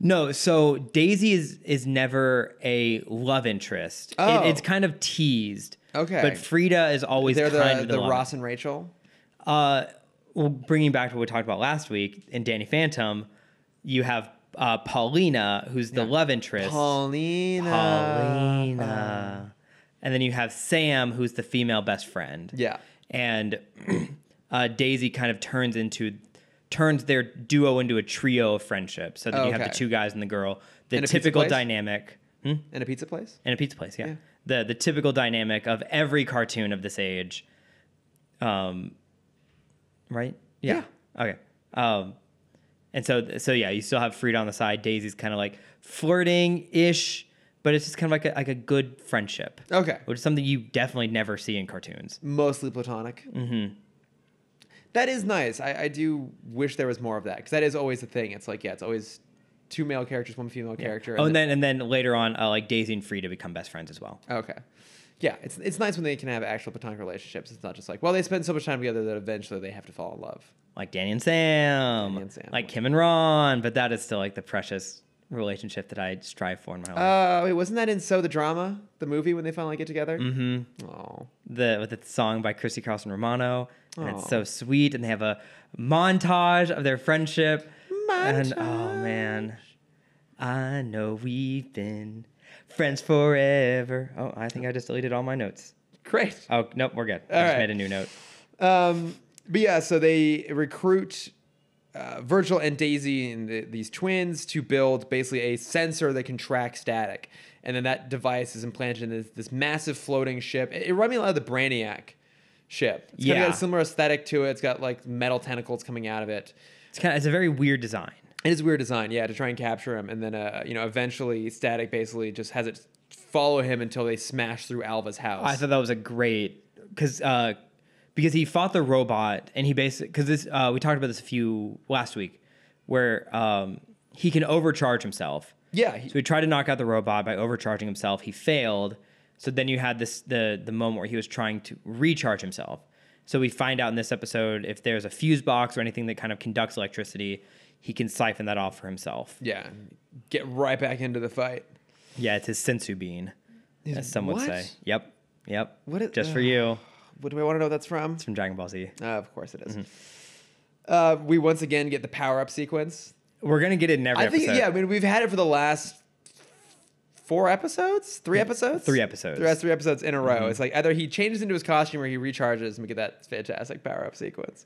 S2: no, so Daisy is is never a love interest. It-
S1: Oh.
S2: it's kind of teased.
S1: Okay.
S2: But Frida is always
S1: They're
S2: kind
S1: the,
S2: of
S1: the,
S2: the, love
S1: Ross and Rachel.
S2: Uh, well, bringing back to what we talked about last week in Danny Phantom, you have uh, Paulina, who's the love interest.
S1: Paulina.
S2: Paulina. and then you have Sam, who's the female best friend.
S1: Yeah.
S2: And uh, Daisy kind of turns into turns their duo into a trio of friendship. So that you have
S1: Okay.
S2: the two guys and the girl. The
S1: And a pizza
S2: typical
S1: place?
S2: dynamic. Hmm?
S1: And a pizza place?
S2: And a pizza place, yeah. The the typical dynamic of every cartoon of this age. Um right? Yeah. Okay. Um and so so yeah, you still have Frida on the side. Daisy's kind of like flirting ish, but it's just kind of like a like a good friendship.
S1: Okay.
S2: Which is something you definitely never see in cartoons.
S1: Mostly platonic. Mm-hmm. is nice. I, I do wish there was more of that because that is always the thing. It's like, yeah, it's always two male characters, one female character.
S2: Oh, and then and then later on, uh, like Daisy and Frida become best friends as well.
S1: Okay. Yeah, it's it's nice when they can have actual platonic relationships. It's not just like, well, they spend so much time together that eventually they have to fall in love.
S2: Like Danny and Sam,
S1: Danny and Sam.
S2: like Kim and Ron, but that is still like the precious relationship that I strive for in my life.
S1: Uh, wait, wasn't that in So the Drama, the movie when they finally get together? Mm-hmm. Oh,
S2: the with the song by Chrissy Carlson Romano, and
S1: Aw.
S2: it's so sweet. And they have a montage of their friendship. And oh
S1: Montage.
S2: man, I know we've been friends forever. Oh, I think I just deleted all my notes.
S1: great.
S2: Oh nope, we're good.
S1: All
S2: I just
S1: right.
S2: made a new note.
S1: Um, but yeah, so they recruit uh, Virgil and Daisy and the, these twins to build basically a sensor that can track static, and then that device is implanted in this, this massive floating ship. It, it reminded me a lot of the Brainiac ship. It's kind of
S2: Yeah.
S1: got a similar aesthetic to it. It's got like metal tentacles coming out of it.
S2: It's kind of it's a very weird design.
S1: It is a weird design, yeah, to try and capture him, and then uh, you know, eventually Static basically just has it follow him until they smash through Alva's house.
S2: I thought that was a great because uh, because he fought the robot and he basically because this uh, we talked about this a few last week where um, he can overcharge himself.
S1: yeah, he-
S2: So he tried to knock out the robot by overcharging himself. He failed. So then you had this the the moment where he was trying to recharge himself. So we find out in this episode if there's a fuse box or anything that kind of conducts electricity, he can siphon that off for himself.
S1: yeah, get right back into the fight.
S2: Yeah, it's his sensu bean, as some would say.
S1: what?
S2: Yep, yep.
S1: What uh, it-
S2: Just for
S1: ugh.
S2: you.
S1: What do I want to know? What that's from?
S2: It's from Dragon Ball Z.
S1: Uh, of course it is.
S2: Mm-hmm.
S1: Uh, we once again get the power up sequence.
S2: We're gonna get it in every
S1: I think,
S2: episode.
S1: yeah, I mean, we've had it for the last four episodes, three episodes,
S2: Three episodes. Mm-hmm.
S1: Three- three episodes in a row. It's like either he changes into his costume or he recharges, and we get that fantastic power up sequence.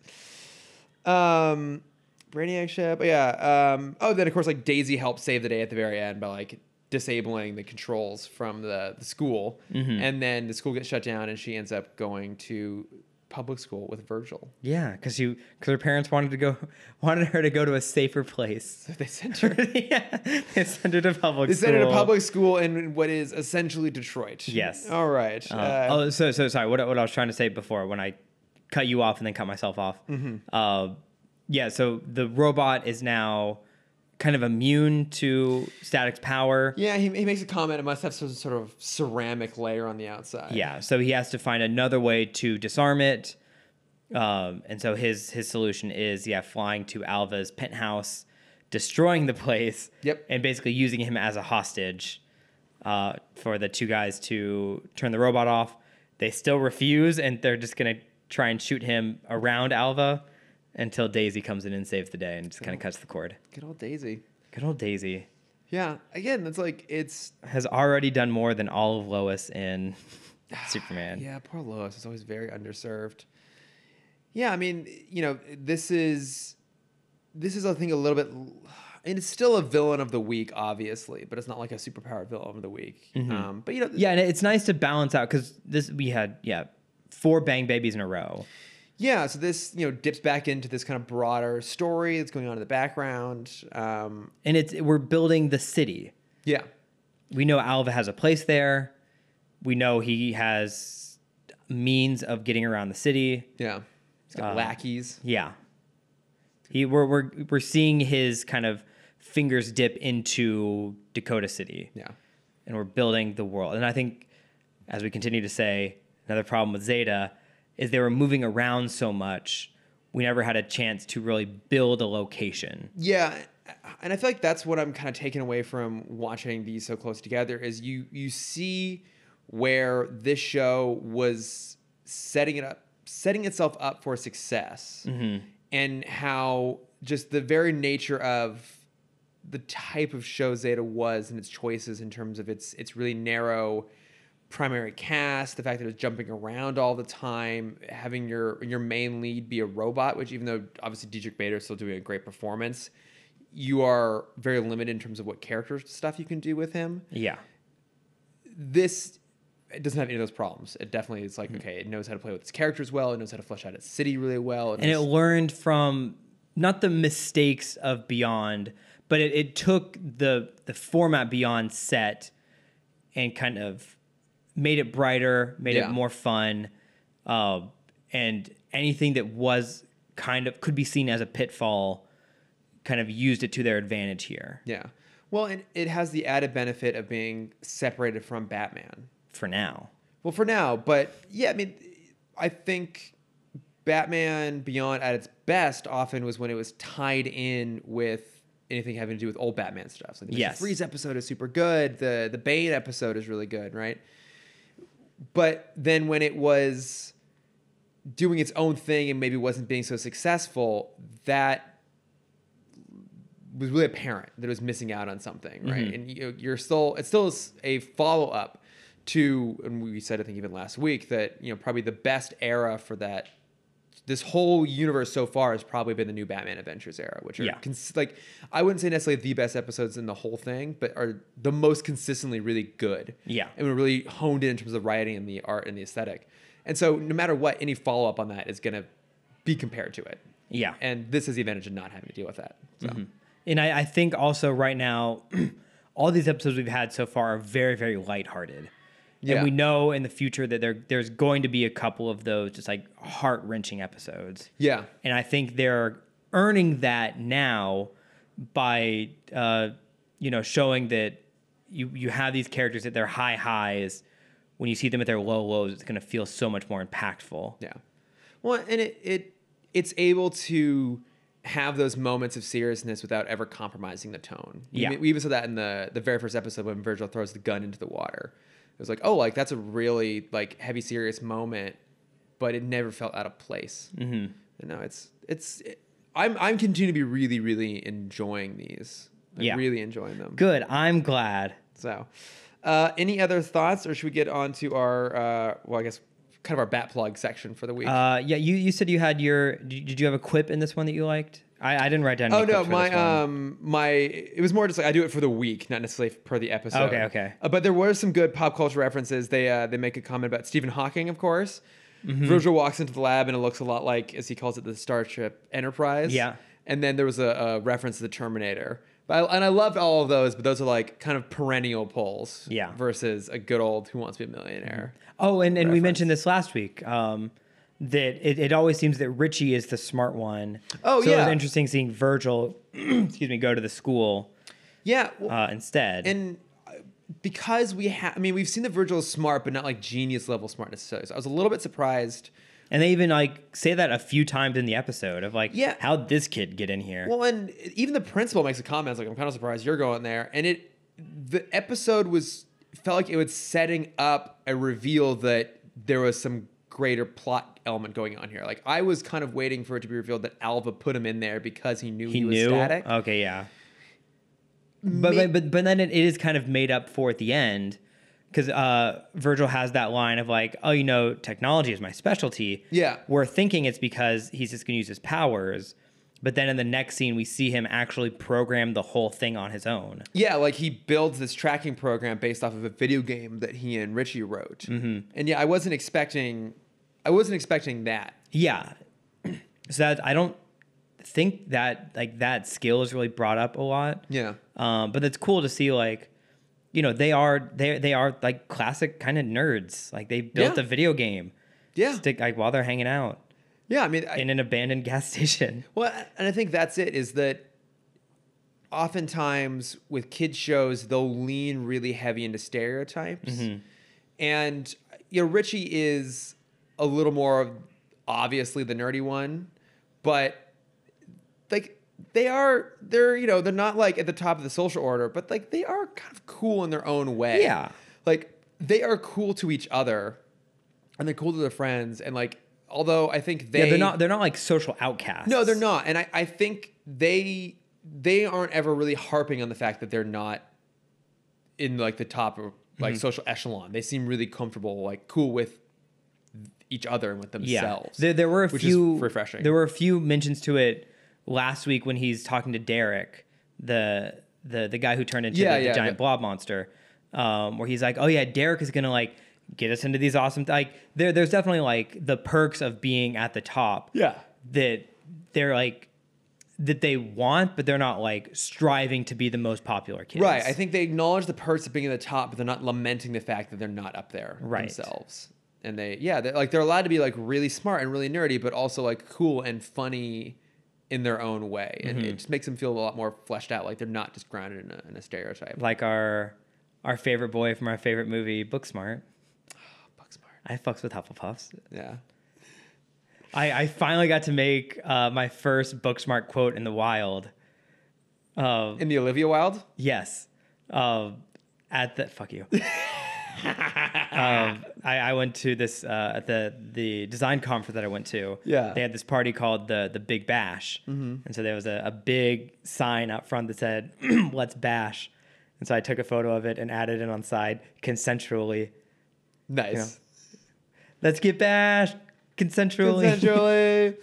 S1: Um, Brainiac ship, yeah. Um, oh, then of course, like Daisy helps save the day at the very end by like disabling the controls from the, the school,
S2: Mm-hmm.
S1: and then the school gets shut down, and she ends up going to public school with Virgil.
S2: Yeah, because you because her parents wanted to go wanted her to go to a safer place.
S1: So they sent her.
S2: yeah, they sent her to public.
S1: They sent her to
S2: school.
S1: public school in what is essentially Detroit.
S2: Yes.
S1: All right.
S2: Um,
S1: Uh,
S2: oh, so so sorry. What I- what I was trying to say before when I cut you off and then cut myself off.
S1: Mm-hmm.
S2: Uh, yeah. So the robot is now kind of immune to static's power.
S1: Yeah, he, he makes a comment. It must have some sort of ceramic layer on the outside.
S2: Yeah, so he has to find another way to disarm it. Um, and so his his solution is yeah, flying to Alva's penthouse, destroying the place.
S1: Yep.
S2: And basically using him as a hostage uh, for the two guys to turn the robot off. They still refuse, and they're just gonna try and shoot him around Alva until Daisy comes in and saves the day and just kind of cuts the cord.
S1: Good old Daisy.
S2: Good old Daisy
S1: Yeah. Again, that's like it's
S2: has already done more than all of Lois in Superman.
S1: yeah. Poor Lois is always very underserved. Yeah, I mean, you know, this is this is I think a little bit. And it's still a villain of the week, obviously, but it's not like a superpowered villain of the week.
S2: Mm-hmm.
S1: Um, but you know,
S2: Yeah, and it's nice to balance out because this we had yeah four bang babies in a row.
S1: yeah so this you know dips back into this kind of broader story that's going on in the background. Um,
S2: and it's we're building the city.
S1: yeah,
S2: We know Alva has a place there. We know he has means of getting around the city.
S1: yeah. It's got
S2: Uh,
S1: lackeys.
S2: Yeah, he we're we're we're seeing his kind of fingers dip into Dakota City.
S1: Yeah.
S2: and we're building the world. And I think, as we continue to say, another problem with Zeta is they were moving around so much, we never had a chance to really build a location.
S1: Yeah, and I feel like that's what I'm kind of taking away from watching these so close together is you you see where this show was setting it up, setting itself up for success, and how just the very nature of the type of show Zeta was and its choices in terms of its its really narrow primary cast, the fact that it was jumping around all the time, having your your main lead be a robot, which even though obviously Diedrich Bader is still doing a great performance, you are very limited in terms of what character stuff you can do with him.
S2: Yeah.
S1: This it doesn't have any of those problems. It definitely is like
S2: Hmm.
S1: okay, it knows how to play with its characters well. It knows how to flesh out its city really well.
S2: And it
S1: knows-
S2: learned from not the mistakes of Beyond, but it, it took the the format Beyond set and kind of made it brighter, made
S1: Yeah.
S2: it more fun, uh, and anything that was kind of could be seen as a pitfall, kind of used it to their advantage here
S1: yeah. Well, and it has the added benefit of being separated from Batman.
S2: for now.
S1: Well, for now, but yeah, I mean, I think Batman Beyond at its best often was when it was tied in with anything having to do with old Batman stuff. So the
S2: Yes.
S1: Freeze episode is super good. The the Bane episode is really good, right? But then when it was doing its own thing and maybe wasn't being so successful, that was really apparent that it was missing out on something, right?
S2: Mm-hmm.
S1: And you, you're still, it's still is a follow up to, and we said I think even last week that you know probably the best era for that. This whole universe so far has probably been the new Batman Adventures era, which are
S2: Yeah.
S1: cons- like I wouldn't say necessarily the best episodes in the whole thing, but are the most consistently really good.
S2: Yeah.
S1: and we're really honed in in terms of writing and the art and the aesthetic. And so, no matter what, any follow up on that is going to be compared to it.
S2: Yeah.
S1: And this is the advantage of not having to deal with that. So,
S2: Mm-hmm. And I, I think also right now, all these episodes we've had so far are very, very lighthearted.
S1: Yeah.
S2: And we know in the future that there there's going to be a couple of those just like heart wrenching episodes.
S1: yeah.
S2: And I think they're earning that now by uh, you know showing that you you have these characters at their high highs. When you see them at their low lows, it's going to feel so much more impactful.
S1: Yeah. Well, and it, it it's able to have those moments of seriousness without ever compromising the tone. We
S2: Yeah.
S1: even- we even saw that in the the very first episode when Virgil throws the gun into the water. It was like, oh, like that's a really like heavy serious moment, but it never felt out of place. Mm-hmm. You know, it's it's it, I'm I'm continuing to be really really enjoying these. I'm
S2: Yeah.
S1: really enjoying them.
S2: Good. I'm glad.
S1: So, Uh, any other thoughts, or should we get on to our, uh, well, I guess, kind of our bat plug section for the week?
S2: Uh, yeah, you, you said you had your. Did, did you have a quip in this one that you liked? I, I didn't write down. Any
S1: Oh no,
S2: quips for
S1: my
S2: this one.
S1: um my it was more just like I do it for the week, not necessarily per the episode.
S2: Okay, okay.
S1: Uh, but there were some good pop culture references. They uh, they make a comment about Stephen Hawking, of course.
S2: Mm-hmm.
S1: Virgil walks into the lab and it looks a lot like, as he calls it, the starship Enterprise.
S2: Yeah.
S1: And then there was a, a reference to the Terminator. But I, and I loved all of those, but those are like kind of perennial polls.
S2: Yeah.
S1: Versus a good old Who Wants to Be a Millionaire.
S2: Oh, and, and we
S1: reference.
S2: mentioned this last week. Um, that it, it always seems that Richie is the smart one.
S1: Oh,
S2: so it was
S1: yeah.
S2: interesting seeing Virgil, excuse me, go to the school
S1: Yeah. well,
S2: uh, instead.
S1: and uh, because we have, I mean, we've seen that Virgil is smart, but not like genius level smart necessarily. So I was a little bit surprised.
S2: And they even like say that a few times in the episode of like,
S1: Yeah.
S2: how'd this kid get in here?
S1: Well, and even the principal makes a comment. It's like, I'm kind of surprised you're going there. And it, the episode was felt like it was setting up a reveal that there was some greater plot element going on here. Like I was kind of waiting for it to be revealed that Alva put him in there because he knew he,
S2: he
S1: was
S2: knew. Oh.
S1: static.
S2: Okay, yeah. But,
S1: Ma-
S2: but but but then it, it is kind of made up for at the end because uh, Virgil has that line of like, oh, you know, technology is my specialty.
S1: Yeah.
S2: We're thinking it's because he's just gonna use his powers, but then in the next scene we see him actually program the whole thing on his own.
S1: Yeah, like he builds this tracking program based off of a video game that he and Richie wrote. And yeah, I wasn't expecting, I wasn't expecting that.
S2: Yeah. So that I don't think that like that skill is really brought up a lot.
S1: Yeah.
S2: Um, but it's cool to see like, you know, they are they they are like classic kind of nerds. Like they built
S1: Yeah.
S2: a video game.
S1: Yeah.
S2: Stick like while they're hanging out
S1: Yeah. I mean, I,
S2: in an abandoned gas station.
S1: Well, and I think that's it is that oftentimes with kids shows they'll lean really heavy into stereotypes.
S2: Mm-hmm.
S1: And you know Richie is a little more of obviously the nerdy one, but like they are they're you know they're not like at the top of the social order, but like they are kind of cool in their own way.
S2: Yeah.
S1: Like they are cool to each other and they're cool to their friends and like although I think they
S2: yeah, they're not they're not like social outcasts.
S1: no, they're not. And I, I think they they aren't ever really harping on the fact that they're not in like the top of
S2: Mm-hmm.
S1: like social echelon. They seem really comfortable, like cool with each other and with
S2: Yeah.
S1: themselves.
S2: There, there were a
S1: which is
S2: few
S1: refreshing.
S2: There were a few mentions to it last week when he's talking to Derek, the the the guy who turned into
S1: Yeah,
S2: the, the
S1: yeah, the-
S2: giant blob monster, um, where he's like, "Oh yeah, Derek is gonna like get us into these awesome th-. like." There, there's definitely like the perks of being at the top.
S1: Yeah.
S2: that they're like that they want, but they're not like striving to be the most popular kids.
S1: Right. I think they acknowledge the perks of being at the top, but they're not lamenting the fact that they're not up there
S2: Right.
S1: themselves. And they, yeah, they're, like they're allowed to be like really smart and really nerdy, but also like cool and funny in their own way. And
S2: Mm-hmm.
S1: it just makes them feel a lot more fleshed out. Like they're not just grounded in a, in a stereotype.
S2: like our our favorite boy from our favorite movie, Booksmart.
S1: Fuck smart.
S2: I fucks with Hufflepuffs.
S1: Yeah.
S2: I, I finally got to make uh, my first Booksmart quote in the wild. Uh,
S1: In the Olivia Wilde?
S2: yes. Uh, at the fuck you. um, I, I went to this uh, at the the design conference that I went to.
S1: Yeah. Mm-hmm.
S2: they had this party called the the Big Bash, and so there was a, a big sign out front that said "Let's Bash," and so I took a photo of it and added it on the side consensually.
S1: Nice.
S2: Let's get bashed consensually.
S1: Consensually.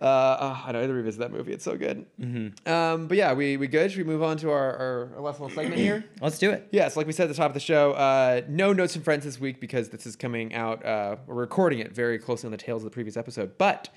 S1: uh, oh, I don't need to revisit that movie. It's so good.
S2: Mm-hmm.
S1: Um, but yeah, we, we good? Should we move on to our, our, our last little segment here?
S2: Let's do it.
S1: Yes, like we said at the top of the show, uh, no notes from friends this week because this is coming out. Uh, we're recording it very closely on the tails of the previous episode, but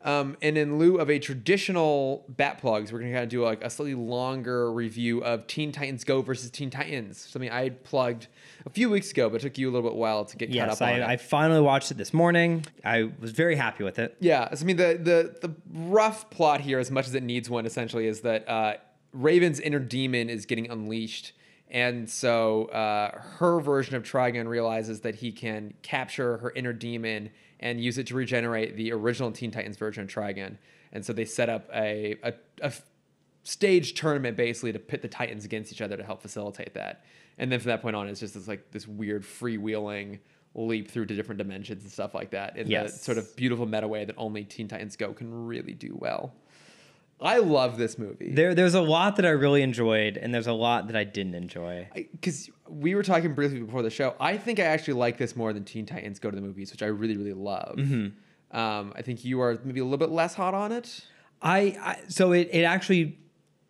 S1: um, and in lieu of a traditional bat plugs, we're gonna kind of do like a slightly longer review of Teen Titans Go versus Teen Titans, something I plugged a few weeks ago, but it took you a little bit while to get caught
S2: Yes,
S1: up on.
S2: I,
S1: it.
S2: I finally watched it this morning. I was very happy with it.
S1: Yeah, so, I mean the the the rough plot here, as much as it needs one, essentially, is that uh, Raven's inner demon is getting unleashed, and so uh, her version of Trigon realizes that he can capture her inner demon and use it to regenerate the original Teen Titans version of Trigon, and so they set up a a, a f- stage tournament basically to pit the Titans against each other to help facilitate that, and then from that point on, it's just this like this weird freewheeling leap through to different dimensions and stuff like that in the
S2: Yes.
S1: sort of beautiful meta way that only Teen Titans Go can really do well. I love this movie.
S2: There, there's a lot that I really enjoyed, and there's a lot that I didn't enjoy.
S1: because we were talking briefly before the show. I think I actually like this more than Teen Titans Go to the Movies, which I really, really love.
S2: Mm-hmm.
S1: Um, I think you are maybe a little bit less hot on it.
S2: I, I so it, it actually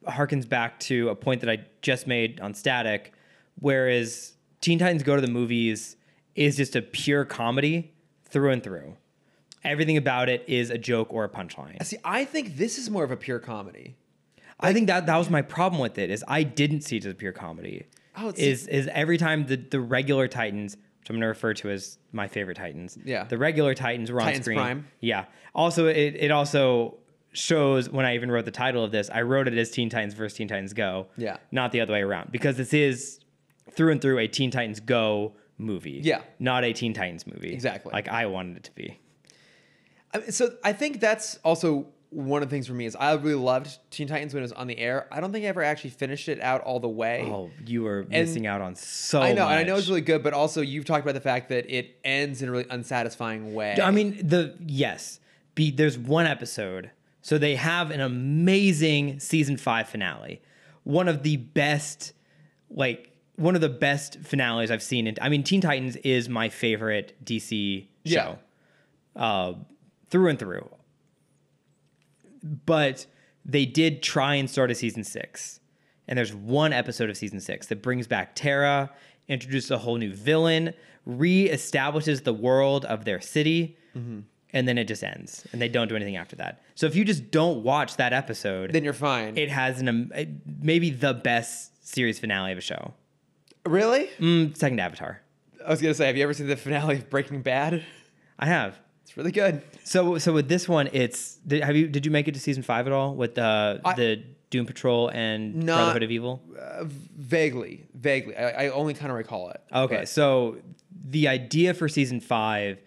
S2: harkens back to a point that I just made on Static, whereas Teen Titans Go to the Movies is just a pure comedy through and through. Everything about it is a joke or a punchline.
S1: See, I think this is more of a pure comedy.
S2: I think that that was my problem with it is I didn't see it as pure comedy.
S1: Oh, it's-
S2: is is every time the the regular Titans, which I'm gonna refer to as my favorite Titans.
S1: Yeah.
S2: the regular Titans were on
S1: Titans
S2: screen.
S1: Prime.
S2: Yeah. Also, it it also shows when I even wrote the title of this, I wrote it as Teen Titans versus Teen Titans Go.
S1: Yeah.
S2: not the other way around because this is through and through a Teen Titans Go movie.
S1: Yeah.
S2: not a Teen Titans movie.
S1: Exactly.
S2: Like I wanted it to be.
S1: I mean, so I think that's also one of the things for me is I really loved Teen Titans when it was on the air. I don't think I ever actually finished it out all the way.
S2: Oh, you were missing out on so.
S1: I know,
S2: much.
S1: and I know it's really good, but also you've talked about the fact that it ends in a really unsatisfying way.
S2: I mean, the yes, be there's one episode, so they have an amazing season five finale, one of the best, like one of the best finales I've seen. In, I mean, Teen Titans is my favorite DC
S1: Yeah.
S2: show, uh, through and through. But they did try and start a season six, and there's one episode of season six that brings back Terra, introduces a whole new villain, reestablishes the world of their city. And then it just ends, and they don't do anything after that. So if you just don't watch that episode,
S1: then you're fine.
S2: it has an am- maybe the best series finale of a show.
S1: really?
S2: Mm, second to Avatar,
S1: I was gonna say, have you ever seen the finale of Breaking Bad?
S2: I have.
S1: It's really good.
S2: So so with this one, it's did, have you did you make it to season five at all with uh,
S1: I-
S2: the Doom Patrol and
S1: Not-
S2: Brotherhood of Evil?
S1: Vaguely, vaguely. I, I only kind of recall it.
S2: Okay,
S1: but-
S2: so the idea for season five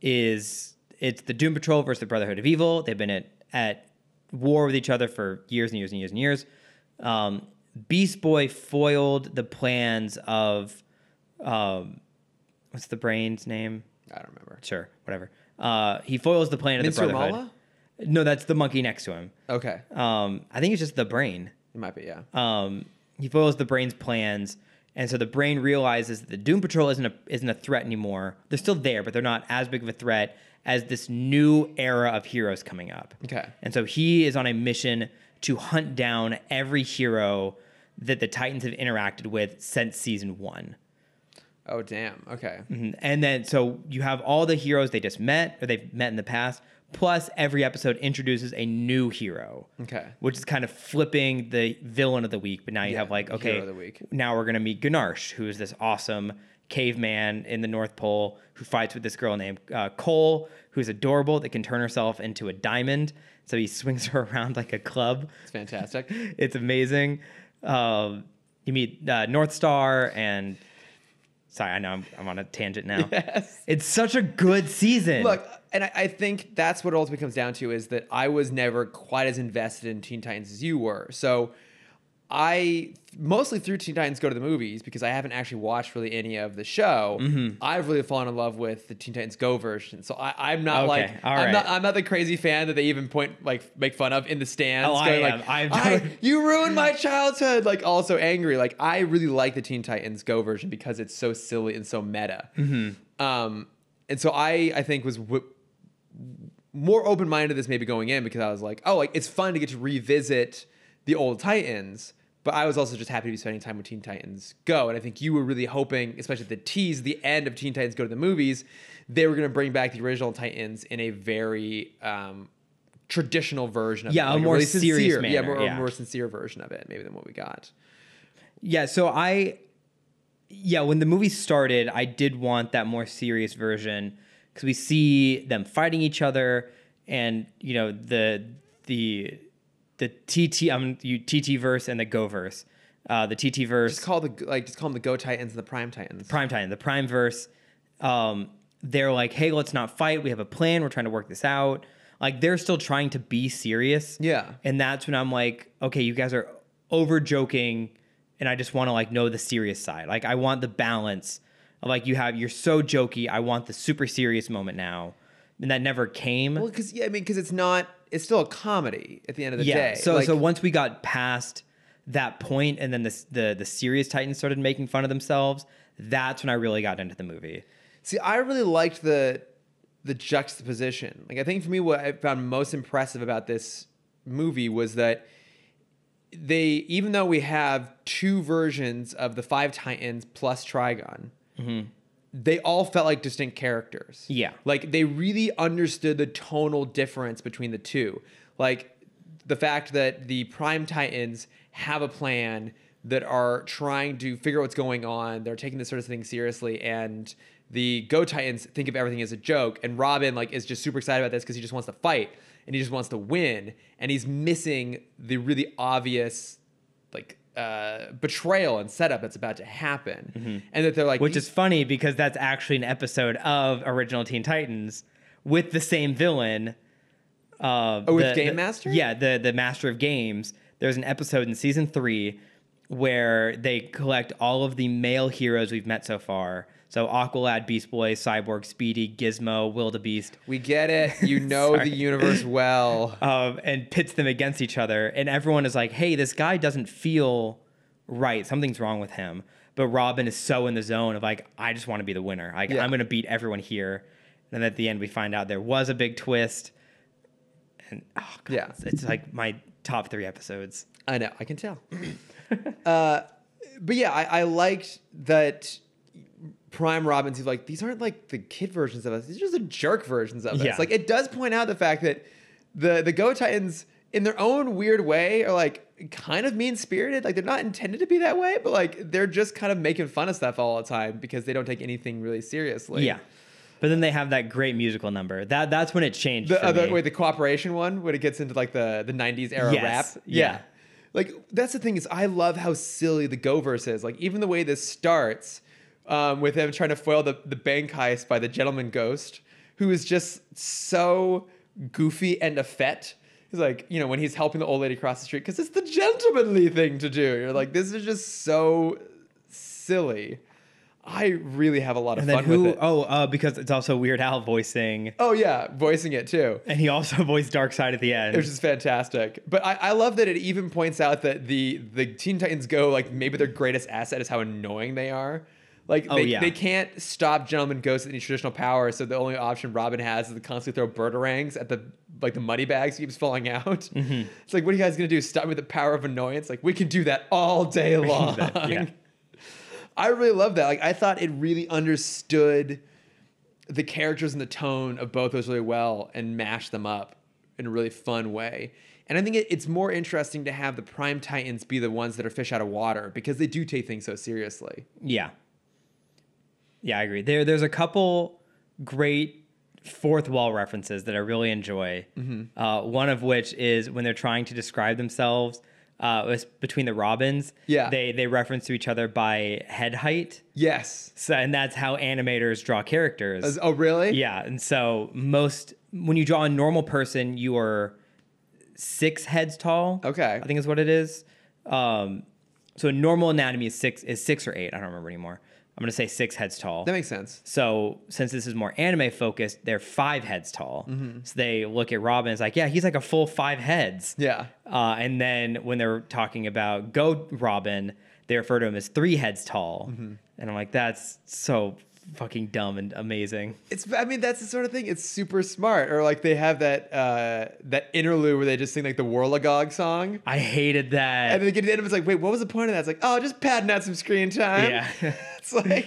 S2: is it's the Doom Patrol versus the Brotherhood of Evil. They've been at, at war with each other for years and years and years and years. Um, Beast Boy foiled the plans of um, what's the brain's name?
S1: I don't remember.
S2: Sure, whatever. Uh, he foils the plan of the
S1: Mitsumala?
S2: Brotherhood. No, that's the monkey next to him.
S1: Okay,
S2: Um, I think it's just the brain
S1: it might be. Yeah.
S2: um, he foils the brain's plans, and so the brain realizes that the Doom Patrol isn't a isn't a threat anymore. They're still there, but they're not as big of a threat as this new era of heroes coming up.
S1: Okay.
S2: And so he is on a mission to hunt down every hero that the Titans have interacted with since season one.
S1: Oh damn. Okay.
S2: Mhm. And then so you have all the heroes they just met or they've met in the past, plus every episode introduces a new hero.
S1: Okay.
S2: Which is kind of flipping the villain of the week, but now you
S1: Yeah,
S2: have like
S1: the
S2: okay,
S1: hero of the week.
S2: now we're gonna meet Gunarsh, who is this awesome caveman in the North Pole who fights with this girl named uh, Cole, who's adorable that can turn herself into a diamond. So he swings her around like a club.
S1: It's fantastic.
S2: It's amazing. Um, you meet uh, North Star and sorry, I know I'm, I'm on a tangent now.
S1: yes.
S2: It's such a good season.
S1: Look, and I, I think that's what it ultimately comes down to is that I was never quite as invested in Teen Titans as you were. So I mostly through Teen Titans go to the movies because I haven't actually watched really any of the show.
S2: Mm-hmm.
S1: I've really fallen in love with the Teen Titans Go version. So I, I'm not
S2: Okay,
S1: like
S2: all
S1: I'm not
S2: right.
S1: I'm not the crazy fan that they even point like make fun of in the stands.
S2: Oh, I
S1: going
S2: am.
S1: like
S2: I'm-
S1: "I- you ruined my childhood. Like also angry. Like I really like the Teen Titans Go version because it's so silly and so meta.
S2: Mm-hmm.
S1: Um, and so I I think was w- more open minded this maybe going in because I was like, oh, like it's fun to get to revisit the old Titans. But I was also just happy to be spending time with Teen Titans Go, and I think you were really hoping, especially the tease, the end of Teen Titans Go to the movies, they were going to bring back the original Titans in a very um, traditional version of
S2: Yeah,
S1: it.
S2: a
S1: Like,
S2: more
S1: really
S2: serious
S1: sincere, yeah,
S2: manner,
S1: more,
S2: yeah.
S1: a more sincere version of it, maybe than what we got.
S2: Yeah, so I yeah, when the movie started, I did want that more serious version cuz we see them fighting each other and you know the the the TT um you TT verse and the Go verse. Uh the TT verse
S1: Just call the like, just call them the Go Titans and the Prime Titans.
S2: prime time the prime verse um they're like hey let's not fight we have a plan we're trying to work this out like they're still trying to be serious
S1: Yeah.
S2: and that's when i'm like okay you guys are over joking and i just want to like know the serious side like i want the balance of like you have you're so jokey i want the super serious moment now and that never came.
S1: Well, because yeah, I mean, because it's not. It's still a comedy at the end of the day.
S2: yeah. So
S1: Like,
S2: so once we got past that point, and then the, the the serious Titans started making fun of themselves. That's when I really got into the movie.
S1: See, I really liked the the juxtaposition. Like, I think for me, what I found most impressive about this movie was that they, even though we have two versions of the Five Titans plus Trigon, they all felt like distinct characters.
S2: Yeah.
S1: like they really understood the tonal difference between the two. Like the fact that the Prime Titans have a plan that are trying to figure out what's going on. They're taking this sort of thing seriously and the Go Titans think of everything as a joke and Robin like is just super excited about this cuz he just wants to fight and he just wants to win and he's missing the really obvious like uh, betrayal and setup that's about to happen, and that they're like,
S2: Mm-hmm. Which
S1: "These-
S2: is funny because that's actually an episode of original Teen Titans with the same villain. Uh,
S1: Oh, with
S2: the-
S1: Game
S2: the-
S1: Master?
S2: Yeah, the the Master of Games. There's an episode in season three where they collect all of the male heroes we've met so far. So Aqualad, Beast Boy, Cyborg, Speedy, Gizmo, Wildebeest,
S1: we get it. You know
S2: Sorry.
S1: the universe well.
S2: um, and pits them against each other. And everyone is like, hey, this guy doesn't feel right. Something's wrong with him. But Robin is so in the zone of like, I just want to be the winner. Like,
S1: Yeah.
S2: I'm going to beat everyone here. And at the end, we find out there was a big twist. And oh, God,
S1: Yeah.
S2: it's, it's like my top three episodes.
S1: I know. I can tell. uh, but yeah, I, I liked that Prime Robbins. He's like, these aren't like the kid versions of us. These are just the jerk versions of
S2: Yeah.
S1: us. Like, it does point out the fact that the the Go Titans, in their own weird way, are like kind of mean spirited. Like, they're not intended to be that way, but like they're just kind of making fun of stuff all the time because they don't take anything really seriously.
S2: yeah. But then they have that great musical number. That That's when it changed.
S1: The
S2: for
S1: other
S2: me.
S1: wait, the cooperation one when it gets into like the the '90s era
S2: Yes,
S1: rap.
S2: yeah.
S1: like that's the thing is I love how silly the Go verse is. Like even the way this starts um, with them trying to foil the the bank heist by the gentleman ghost, who is just so goofy and effete. He's like, you know, when he's helping the old lady cross the street because it's the gentlemanly thing to do. You're like, this is just so silly. I really have a lot of
S2: and then
S1: fun
S2: who?
S1: with it.
S2: Oh, uh, because it's also Weird Al voicing.
S1: Oh yeah, voicing it too.
S2: And he also voiced Dark Side at the end.
S1: which is fantastic. But I, I love that it even points out that the the Teen Titans Go like maybe their greatest asset is how annoying they are. Like they,
S2: yeah.
S1: they can't stop Gentleman Ghost with any traditional power, so the only option Robin has is to constantly throw birdarangs at the like the money bags keeps falling out. It's like, what are you guys gonna do? Stop me with the power of annoyance? Like we can do that all day long.
S2: that, yeah.
S1: I really love that. Like I thought it really understood the characters and the tone of both those really well and mash them up in a really fun way. And I think it, it's more interesting to have the prime titans be the ones that are fish out of water because they do take things so seriously.
S2: Yeah. Yeah, I agree. There, there's a couple great fourth wall references that I really enjoy.
S1: Mm-hmm.
S2: Uh, one of which is when they're trying to describe themselves. Uh, it's between the Robins.
S1: Yeah.
S2: They they reference to each other by head height.
S1: Yes.
S2: So and that's how animators draw characters.
S1: As- oh, really?
S2: Yeah, and so most when you draw a normal person, you are six heads tall.
S1: Okay.
S2: I think is what it is. Um, so normal anatomy is six is six or eight. I don't remember anymore. I'm gonna say six heads tall.
S1: That makes sense.
S2: so since this is more anime focused, they're five heads tall.
S1: Mm-hmm.
S2: So they look at Robin. It's like, yeah, he's like a full five heads.
S1: Yeah.
S2: Uh, and then when they're talking about Go Robin, they refer to him as three heads tall.
S1: Mm-hmm.
S2: And I'm like, that's so fucking dumb and amazing.
S1: It's I mean that's the sort of thing. It's super smart. Or like they have that uh that interlude where they just sing like the Warlagog song.
S2: I hated that.
S1: And then they get to the end of it, it's like, wait, what was the point of that? It's like, oh, just padding out some screen time.
S2: Yeah.
S1: it's like,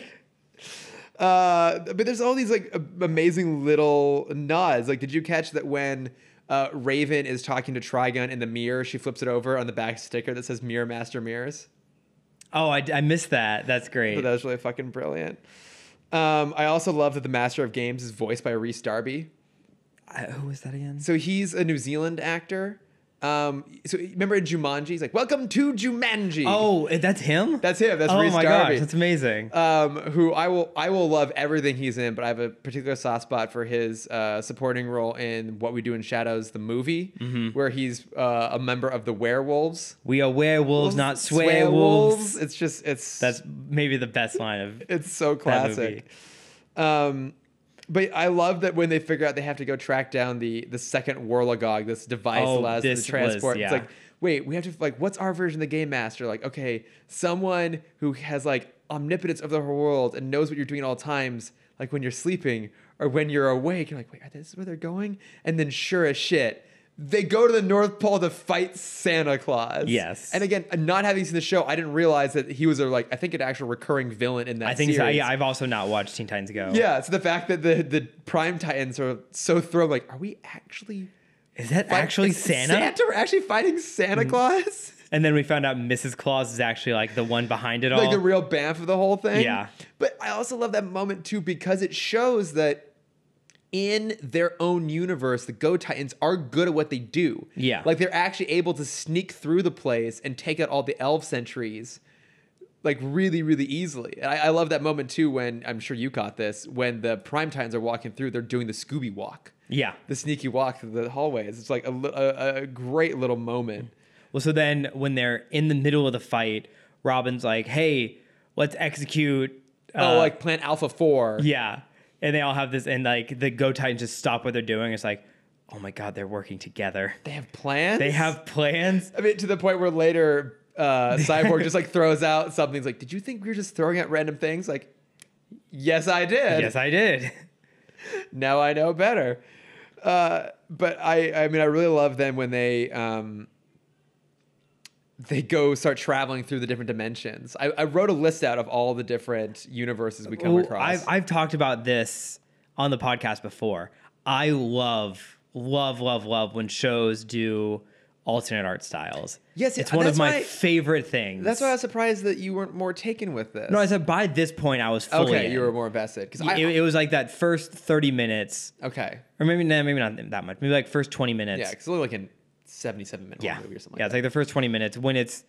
S1: uh, but there's all these like a- amazing little nods. Like, did you catch that when uh, Raven is talking to Trigun in the mirror, she flips it over on the back sticker that says "Mirror Master Mirrors."
S2: oh, I, I missed that. That's
S1: I thought
S2: great.
S1: that was really fucking brilliant. Um, I also love that the Master of Games is voiced by Reese Darby.
S2: I- who was that again?
S1: So he's a New Zealand actor. Um, so remember in Jumanji, he's like, "Welcome to Jumanji."
S2: Oh, eh, that's him.
S1: That's him. That's
S2: oh
S1: Reese
S2: my
S1: Darby.
S2: gosh, that's amazing.
S1: um, who I will I will love everything he's in, but I have a particular soft spot for his uh, supporting role in What We Do in Shadows, the movie,
S2: Mm-hmm.
S1: where he's uh, a member of the werewolves.
S2: we are werewolves, not
S1: Swear
S2: swearwolves.
S1: It's just it's
S2: That's maybe the best line of.
S1: it's so
S2: that movie.
S1: classic. Um, But I love that when they figure out they have to go track down the the second Warlagog, this device
S2: Oh,
S1: that allows them to
S2: this
S1: transport.
S2: was-
S1: It's
S2: yeah.
S1: like, wait, we have to like, what's our version of the game master? Like, okay, someone who has like omnipotence over the whole world and knows what you're doing at all times, like when you're sleeping or when you're awake. You're like, wait, this is where they're going? And then, sure as shit. They go to the North Pole to fight Santa Claus.
S2: Yes.
S1: and again, not having seen the show, I didn't realize that he was a like I think an actual recurring villain in that.
S2: I think so.
S1: series.
S2: Yeah, I've also not watched Teen Titans Go.
S1: Yeah, so the fact that the the prime titans are so thrown, like, are we actually
S2: Is that
S1: fight-
S2: actually
S1: is
S2: Santa? Mm-hmm.
S1: Santa, we're actually fighting Santa Claus,
S2: And then we found out Mrs. Claus is actually like the one behind it all.
S1: like the real bamf of the whole thing.
S2: Oh. Yeah.
S1: but I also love that moment too because it shows that in their own universe, the Go Titans are good at what they do.
S2: Yeah.
S1: like they're actually able to sneak through the place and take out all the elf sentries. like really, really easily. And I, I love that moment too when I'm sure you caught this when the prime titans are walking through, they're doing the Scooby walk,
S2: yeah.
S1: the sneaky walk through the hallways. It's like a, li- a, a great little moment.
S2: Well, so then when they're in the middle of the fight, Robin's like, "Hey, let's execute." uh,
S1: oh, like Plan Alpha Four.
S2: yeah. And they all have this, and like the Go Titans just stop what they're doing. It's like, oh my god, they're working together.
S1: They have plans.
S2: They have plans.
S1: I mean, to the point where later, uh, Cyborg just like throws out something. He's like, "Did you think we were just throwing out random things?" Like, yes, I did.
S2: Yes, I did.
S1: now I know better. Uh, but I, I mean, I really love them when they, um, they go start traveling through the different dimensions. I, I wrote a list out of all the different universes we come
S2: Well,
S1: across.
S2: I've, I've talked about this on the podcast before. I love, love, love, love when shows do alternate art styles.
S1: Yes,
S2: it's
S1: and
S2: one of
S1: that's
S2: my
S1: why-
S2: favorite things.
S1: That's why I was surprised that you weren't more taken with this.
S2: No, I said by this point I was fully.
S1: okay,
S2: in.
S1: you were more invested because I.
S2: it, it was like that first 30 minutes
S1: okay,
S2: or maybe nah, maybe not that much maybe like first 20 minutes
S1: yeah, because it's only like a seventy-seven minute
S2: yeah,
S1: movie or something.
S2: yeah
S1: like
S2: it's like the first 20 minutes when it's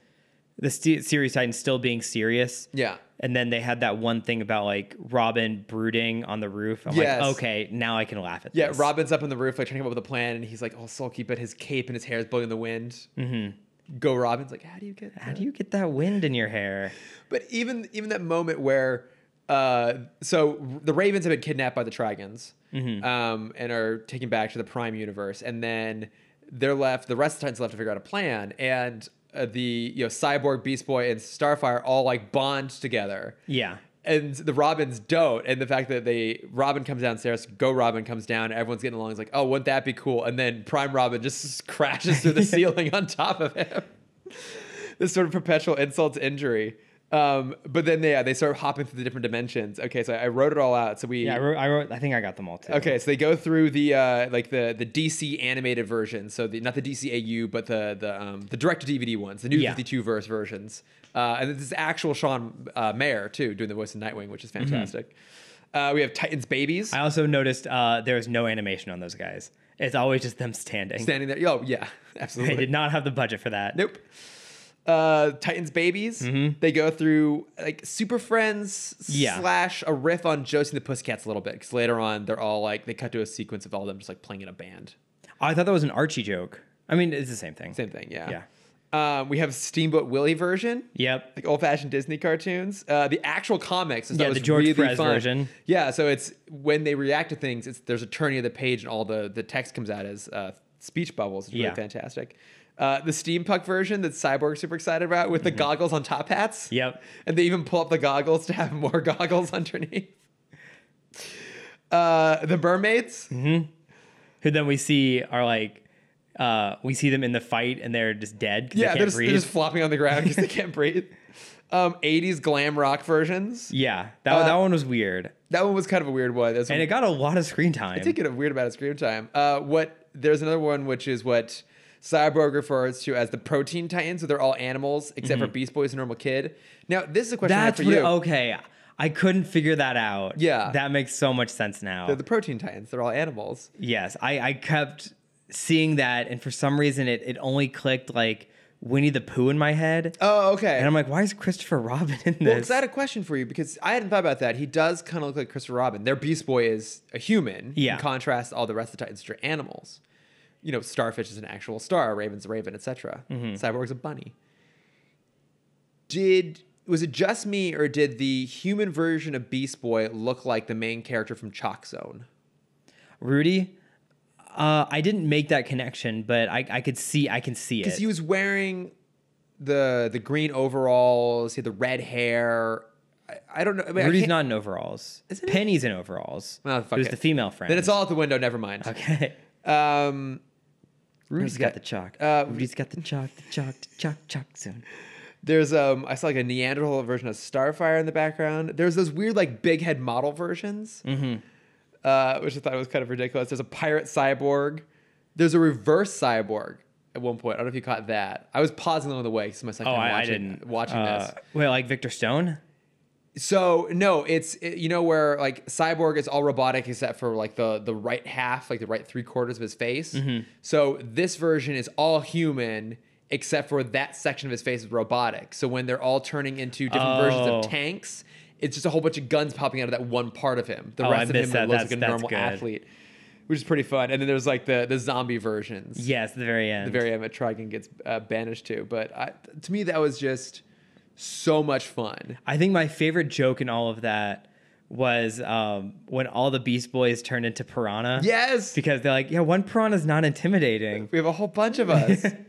S2: the st- series titan still being serious
S1: that. yeah.
S2: and then they had that one thing about like robin brooding on the roof i'm
S1: Yes.
S2: like okay now i can laugh at
S1: Yeah,
S2: this
S1: Robin's up on the roof, like trying to come up with a plan, and he's like all sulky, but his cape and his hair is blowing in the wind. Mm-hmm. Go, Robin's like, how do you get?
S2: how do you get that wind in your hair
S1: But even even that moment where uh, so the Ravens have been kidnapped by the Trigons um, and are taken back to the Prime Universe, and then they're left. The rest of the Titans left to figure out a plan, and uh, the you know Cyborg, Beast Boy, and Starfire all like bond together.
S2: yeah
S1: And the Robins don't, and the fact that they Robin comes downstairs, Go Robin comes down, everyone's getting along. It's like, oh, wouldn't that be cool? And then Prime Robin just crashes through the ceiling on top of him this sort of perpetual insult to injury. Um, but then yeah, they start hopping through the different dimensions. Okay, so I wrote it all out. So we
S2: yeah I wrote, I wrote i think i got them all too
S1: okay, so they go through the uh, like the the DC animated version. So the not the DCAU, but the the um, the direct to DVD ones, the new
S2: Yeah.
S1: fifty two verse versions. Uh, and this is actual Sean uh, Mayer too doing the voice of Nightwing, which is fantastic. Uh, we have Titans babies
S2: Mm-hmm. i also noticed uh there was no animation on those guys it's always just them standing
S1: standing there. Oh yeah,
S2: they
S1: absolutely.
S2: did not have the budget for that
S1: Nope. Uh, Titans Babies. They go through like Super Friends
S2: Mm-hmm. Yeah.
S1: slash a riff on Josie and the Pussycats a little bit because later on they're all like they cut to a sequence of all of them just like playing in a band.
S2: i thought that was an archie joke i mean it's the same thing
S1: Same thing, yeah.
S2: Yeah.
S1: Yeah. Um, we have Steamboat Willie version.
S2: Yep.
S1: Like old fashioned Disney cartoons. Uh, the actual comics. Is
S2: Yeah,
S1: was
S2: the George
S1: really
S2: Perez
S1: fun.
S2: version.
S1: Yeah, so it's when they react to things, it's there's a turning of the page and all the, the text comes out as uh, speech bubbles. It's really
S2: Yeah.
S1: fantastic. Uh, the steampunk version that Cyborg's super excited about with the
S2: Mm-hmm.
S1: goggles on top hats.
S2: Yep.
S1: And they even pull up the goggles to have more goggles underneath. Uh, the mermaids.
S2: Who then we see are like, uh, we see them in the fight and they're just dead because
S1: Yeah,
S2: they
S1: they're,
S2: can't
S1: just, they're
S2: breathe.
S1: just flopping on the ground because they can't breathe. Um, 80s glam rock versions.
S2: yeah, that
S1: Uh,
S2: that one was weird,
S1: That one was kind of a weird one. That's
S2: and it got a lot of screen time.
S1: I did get a weird amount of screen time. Uh, what there's another one which is what Cyborg refers to as the protein titans, so they're all animals except for Beast Boy is a normal kid. Now this is a question I have
S2: Mm-hmm. That's
S1: for
S2: what, oh.
S1: you.
S2: okay. I couldn't figure that out.
S1: Yeah.
S2: that makes so much sense now.
S1: They're the protein titans. They're all animals.
S2: yes, I I kept seeing that, and for some reason it it only clicked like Winnie the Pooh in my head,
S1: Oh, okay.
S2: and I'm like, why is Christopher Robin in
S1: well, because
S2: this?
S1: I had a question for you because I hadn't thought about that. He does kind of look like Christopher Robin. Their Beast Boy is a human.
S2: Yeah.
S1: In contrast, to all the rest of the Titans, which are animals. You know, Starfish is an actual star. Raven's a raven, etc.
S2: Mm-hmm.
S1: Cyborg's a bunny. Did was it just me, or did the human version of Beast Boy look like the main character from Chalk Zone?
S2: Rudy. Uh, I didn't make that connection, but I, I could see I can see it.
S1: Because he was wearing the the green overalls, he had the red hair. I, I don't know. I mean, I
S2: Rudy's
S1: can't-
S2: not in overalls.
S1: Isn't he?
S2: Penny's in overalls.
S1: Oh, fuck
S2: Who's
S1: it.
S2: the female friend?
S1: Then it's all out the window. Never mind.
S2: okay.
S1: Um,
S2: Rudy's
S1: got-
S2: got the chalk.
S1: uh,
S2: Rudy's got the chalk. The chalk. The chalk. Chalk soon.
S1: there's um, I saw like a Neanderthal version of Starfire in the background. There's those weird like big head model versions,
S2: Mm-hmm.
S1: uh, which I thought was kind of ridiculous. There's a pirate cyborg. There's a reverse cyborg at one point. I don't know if you caught that. I was pausing along the way because my second
S2: Oh,
S1: time
S2: I, I
S1: watching,
S2: didn't
S1: watching this.
S2: uh, Well, like Victor Stone.
S1: So no, it's it- you know where like cyborg is all robotic except for like the the right half, like the right three quarters of his face.
S2: Mm-hmm.
S1: So this version is all human except for that section of his face is robotic. So when they're all turning into different versions
S2: Oh.
S1: of tanks, it's just a whole bunch of guns popping out of that one part of him. The
S2: Oh, I
S1: rest of him
S2: missed that.
S1: looks
S2: That's-
S1: like a
S2: that's
S1: normal
S2: good.
S1: athlete, which is pretty fun. And then there's like the the zombie versions.
S2: Yes, the very end.
S1: The very end that Trigon gets uh, banished to. But I, to me, that was just so much fun.
S2: I think my favorite joke in all of that was um, when all the Beast Boys turned into piranha.
S1: Yes.
S2: Because they're like, yeah, one piranha's not intimidating.
S1: We have a whole bunch of us. uh,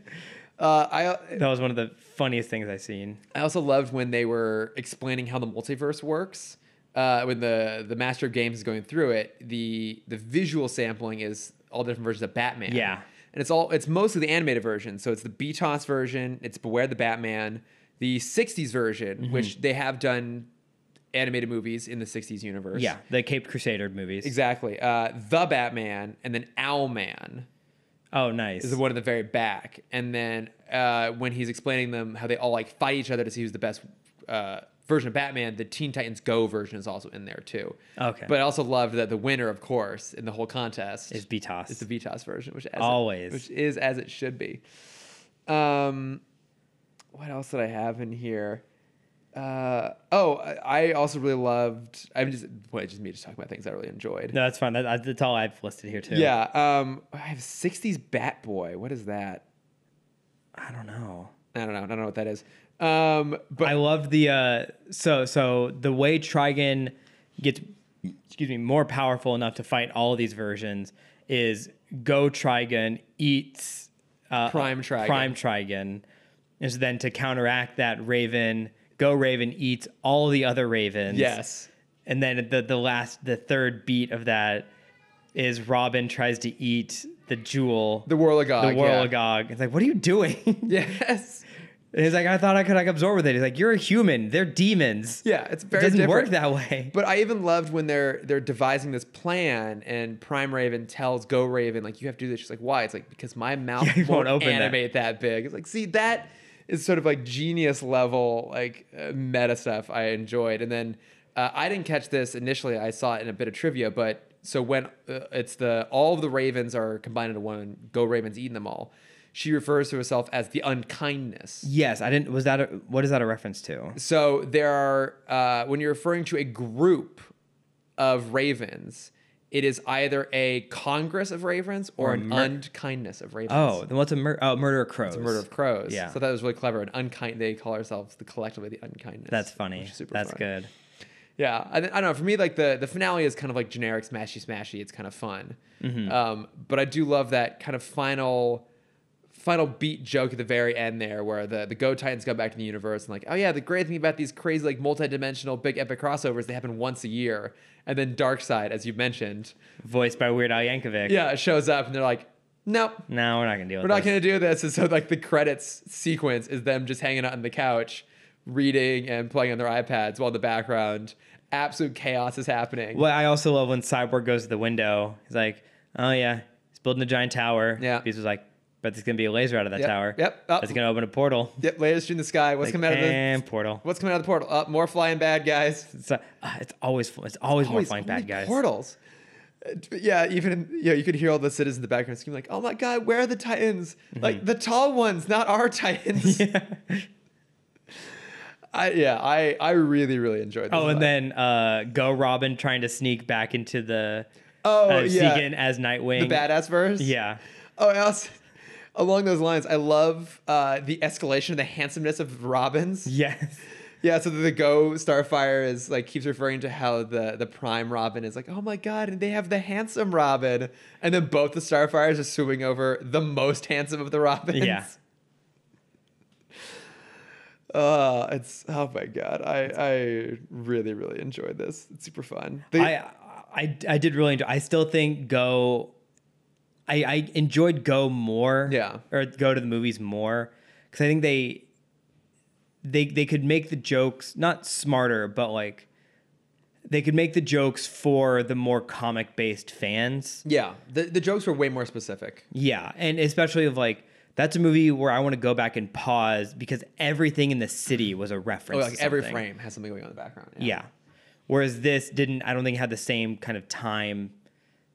S1: I
S2: That was one of the funniest things I've seen.
S1: I also loved when they were explaining how the multiverse works. Uh, when the the Master of Games is going through it, the the visual sampling is all different versions of Batman.
S2: Yeah.
S1: and it's all it's mostly the animated version. So it's the BTOS version. It's Beware the Batman, the '60s version,
S2: Mm-hmm.
S1: which they have done animated movies in the '60s universe.
S2: Yeah, the Cape Crusader movies.
S1: exactly. Uh, the Batman and then Owlman.
S2: Oh, nice.
S1: is the one at the very back. And then uh, when he's explaining them how they all like fight each other to see who's the best uh, version of Batman, the Teen Titans Go version is also in there too.
S2: Okay.
S1: But I also loved that the winner, of course, in the whole contest
S2: Is BTOS.
S1: is the VTOS version, which as it-
S2: Always.
S1: which is as it should be. Um, what else did I have in here? Uh, oh, I I also really loved. I'm just boy, it's just me just talking about things I really enjoyed.
S2: no, that's fine. That- That, that's all I've listed here too.
S1: Yeah. Um, I have 60s Bat Boy. What is that?
S2: I don't know.
S1: I don't know. I don't know what that is. Um, but
S2: I love the uh, so so the way Trigon gets excuse me more powerful enough to fight all of these versions is go Trigon eats uh,
S1: Prime Trigon.
S2: prime Trigon, and so then to counteract that Raven go Raven eats all the other Ravens
S1: yes,
S2: and then the the last the third beat of that is Robin tries to eat the jewel
S1: the Warlagog.
S2: the
S1: yeah.
S2: Warlagog it's like what are you doing
S1: Yes.
S2: And he's like, I thought I could like absorb with it. He's like, you're a human. They're demons.
S1: Yeah, it's
S2: it
S1: very
S2: doesn't
S1: different.
S2: work that way.
S1: But I even loved when they're they're devising this plan, and Prime Raven tells Go Raven like, "You have to do this." She's like, "Why?" It's like because my mouth
S2: Yeah, you
S1: won't,
S2: won't open that."
S1: animate that. big. It's like, see, that is sort of like genius level like uh, meta stuff I enjoyed. And then uh, I didn't catch this initially. I saw it in a bit of trivia, but so when uh, it's the all of the Ravens are combined into one, Go Raven's eating them all. She refers to herself as the unkindness.
S2: yes, I didn't. Was that a, what is that a reference to?
S1: So there are uh, when you're referring to a group of ravens, it is either a congress of ravens or, an unkindness of ravens.
S2: Oh, then what's a mur- oh, murder of crows?
S1: murder of crows.
S2: Yeah.
S1: so that was really clever. An unkind. They call ourselves the collectively the unkindness.
S2: That's
S1: which
S2: funny.
S1: is super
S2: That's
S1: fun.
S2: good.
S1: Yeah, I, th- I don't know. For me, like the the finale is kind of like generic smashy smashy. It's kind of fun, um, but I do love that kind of final final beat joke at the very end there, where the the Go Titans go back to the universe and like, oh yeah, the great thing about these crazy like multi-dimensional big epic crossovers, they happen once a year. And then Darkseid, as you mentioned,
S2: Voiced by Weird Al Yankovic.
S1: yeah, shows up and they're like, nope,
S2: No, we're not gonna deal
S1: we're
S2: with
S1: not
S2: this.
S1: gonna do this. And so like the credits sequence is them just hanging out on the couch, reading and playing on their iPads while in the background. Absolute chaos is happening.
S2: Well, I also love when Cyborg goes to the window. He's like, oh yeah, he's building a giant tower.
S1: Yeah.
S2: Beast was like, but there's gonna be a laser out of that
S1: Yep,
S2: tower.
S1: yep, Oh. up.
S2: That's gonna open a portal.
S1: Yep, lasers shooting the sky. What's
S2: Like,
S1: coming out of the
S2: and portal.
S1: What's coming out of the portal? Up, more flying bad guys.
S2: It's, like, ah, it's always fl- it's always, more
S1: Always
S2: flying
S1: only
S2: bad guys.
S1: Portals. Uh, t- Yeah, even in, you know, you could hear all the citizens in the background screaming like, "Oh my god, where are the titans? Like the tall ones, not our titans."
S2: Mm-hmm. Yeah.
S1: I yeah, I I really really enjoyed. This
S2: Oh, and
S1: one.
S2: then uh, Go Robin trying to sneak back into the
S1: oh
S2: uh,
S1: yeah,
S2: Segan as Nightwing.
S1: the badass verse.
S2: Yeah,
S1: Oh, and also, along those lines, I love uh, the escalation of the handsomeness of Robbins.
S2: yes.
S1: Yeah, so the Go Starfire is like keeps referring to how the the Prime Robin is like, oh my god, and they have the handsome Robin, and then both the Starfires are swimming over the most handsome of the Robins.
S2: Yeah.
S1: Uh, it's oh my god, I I really really enjoyed this. It's super fun. The-
S2: I, I I did really enjoy. I still think Go. I I enjoyed Go more.
S1: Yeah.
S2: Or go to the movies more because I think they. They they could make the jokes not smarter, but like. They could make the jokes for the more comic based fans.
S1: yeah, the the jokes were way more specific.
S2: Yeah, and especially of like. That's a movie where I want to go back and pause because everything in the city was a
S1: Oh,
S2: reference.
S1: like
S2: to
S1: every
S2: something.
S1: frame has something going on in the background.
S2: Yeah. Whereas this didn't, I don't think had the same kind of time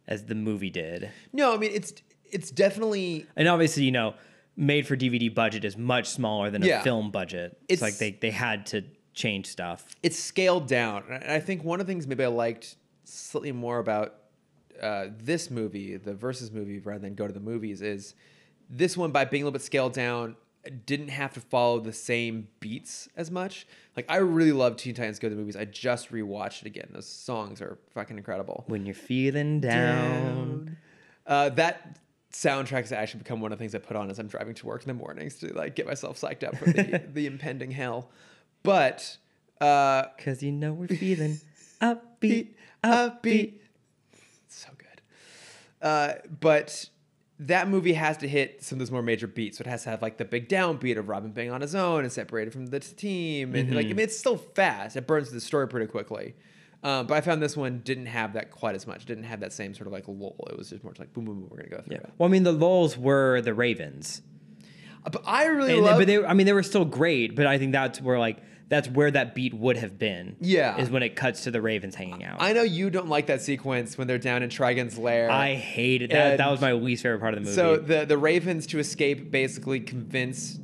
S2: as the movie did.
S1: No, I mean it's it's definitely
S2: And obviously, you know, made for DVD budget is much smaller than a
S1: Yeah.
S2: film budget.
S1: It's-
S2: It's like they, they had to change stuff.
S1: it's scaled down. And I think one of the things maybe I liked slightly more about uh, this movie, the versus movie, rather than go to the movies, is this one by being a little bit scaled down didn't have to follow the same beats as much. Like I really love Teen Titans Go to the movies. I just rewatched it again. Those songs are fucking incredible.
S2: When you're feeling down.
S1: Uh, that soundtrack has actually become one of the things I put on as I'm driving to work in the mornings to like get myself psyched up for the, the impending hell. But uh,
S2: Because you know we're feeling upbeat,
S1: upbeat,
S2: upbeat.
S1: upbeat. So good. Uh, but that movie has to hit some of those more major beats. So it has to have like the big downbeat of Robin being on his own and separated from the t- team. And
S2: Mm-hmm.
S1: like, I mean, it's still fast. It burns through the story pretty quickly. Um, but I found this one didn't have that quite as much. It didn't have that same sort of like lull. It was just more like boom, boom, boom. We're gonna go through
S2: Yeah.
S1: it.
S2: Well, I mean, the lulls were the Ravens.
S1: Uh, But I really
S2: And they-
S1: love.
S2: but they, I mean, they were still great, but I think that's where like, that's where that beat would have been.
S1: Yeah.
S2: Is when it cuts to the Ravens hanging out.
S1: I know you don't like that sequence when they're down in Trigon's lair.
S2: I hated that.
S1: And-
S2: that was my least favorite part of the movie.
S1: so
S2: So,
S1: the the Ravens to escape basically convince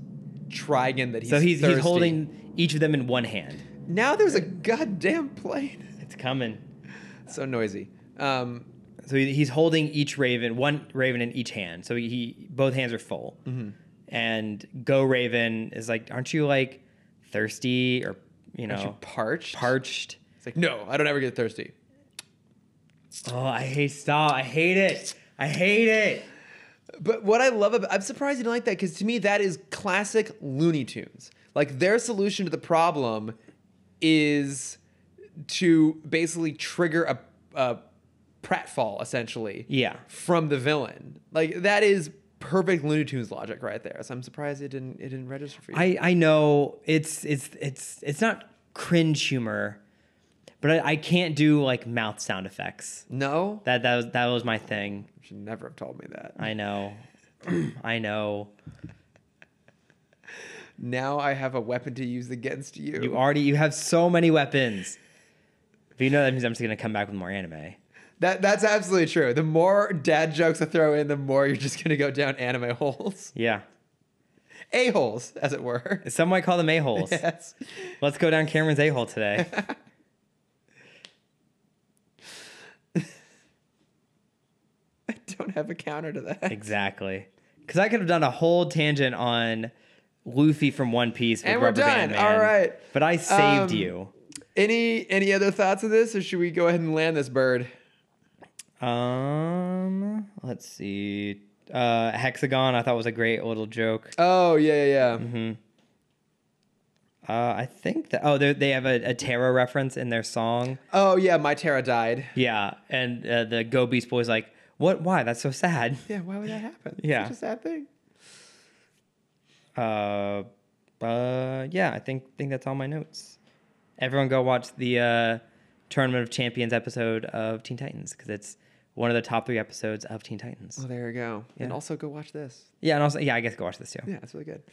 S1: Trigon that he's
S2: he's he's
S1: thirsty.
S2: holding each of them in one hand.
S1: Now there's a goddamn plane.
S2: It's coming.
S1: so noisy. Um,
S2: So he, he's holding each raven, one raven in each hand. So he both hands are full.
S1: Mm-hmm.
S2: And Go Raven is like, aren't you like thirsty or you
S1: aren't you
S2: know
S1: parched?
S2: parched?
S1: It's like no, I don't ever get thirsty.
S2: Oh, I hate stop. I hate it. I hate it.
S1: But what I love about I'm surprised you didn't like that because to me that is classic Looney Tunes. Like their solution to the problem is to basically trigger a, a pratfall essentially.
S2: Yeah.
S1: From the villain, like that is perfect Looney Tunes logic right there. So I'm surprised it didn't it didn't register for you.
S2: I I know it's it's it's it's not cringe humor, but I, I can't do like mouth sound effects.
S1: no,
S2: That that was that was my thing.
S1: you should never have told me that.
S2: I know. I know.
S1: Now I have a weapon to use against you.
S2: You already you have so many weapons. But you know that means I'm just gonna come back with more anime.
S1: That that's absolutely true. The more dad jokes I throw in, the more you're just gonna go down anime holes,
S2: Yeah.
S1: a holes, as it were.
S2: Some might call them a-holes.
S1: Yes.
S2: Let's go down Cameron's a-hole today.
S1: I don't have a counter to that.
S2: exactly. Cause I could have done a whole tangent on Luffy from One Piece with
S1: And we're
S2: Rubber Band
S1: done.
S2: Man,
S1: All right.
S2: But I saved
S1: Um,
S2: you.
S1: Any any other thoughts on this, or should we go ahead and land this bird?
S2: Um let's see. Uh Hexagon I thought was a great little joke.
S1: Oh yeah yeah. yeah.
S2: Mm-hmm. Uh I think that oh they they have a, a Terra reference in their song.
S1: Oh yeah, my Tara died.
S2: Yeah, and uh, the Go Beast Boy's like, "What? Why? That's so sad."
S1: Yeah, why would that happen?
S2: Yeah.
S1: Such a sad thing.
S2: Uh, uh, yeah, I think think that's all my notes. Everyone, go watch the uh, Tournament of Champions episode of Teen Titans because it's one of the top three episodes of Teen Titans.
S1: Well, Oh, there you go. And
S2: Yeah.
S1: also go watch this.
S2: Yeah, and also yeah, I guess go watch this too.
S1: Yeah, it's really good.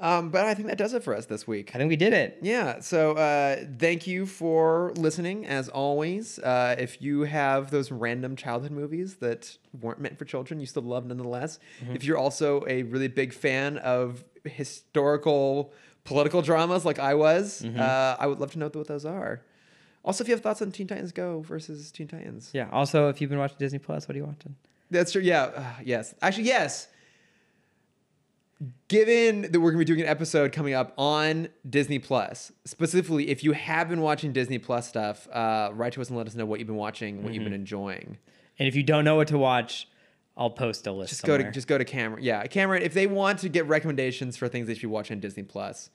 S1: Um, but I think that does it for us this week.
S2: I think we did it.
S1: Yeah. So uh, thank you for listening, as always. Uh, if you have those random childhood movies that weren't meant for children, you still love nonetheless. If you're also a really big fan of historical political dramas like I was, uh, I would love to know what those are. Also, if you have thoughts on Teen Titans Go versus Teen Titans,
S2: Yeah. Also, if you've been watching Disney Plus, what are you watching?
S1: that's true. Yeah. Uh, yes. Actually, yes. given that we're going to be doing an episode coming up on Disney Plus, specifically, if you have been watching Disney Plus stuff, uh, write to us and let us know what you've been watching, what you've been enjoying.
S2: And if you don't know what to watch, I'll post a list.
S1: Just go
S2: somewhere.
S1: to just go to Cameron. Yeah, Cameron. If they want to get recommendations for things they should be watching on Disney Plus,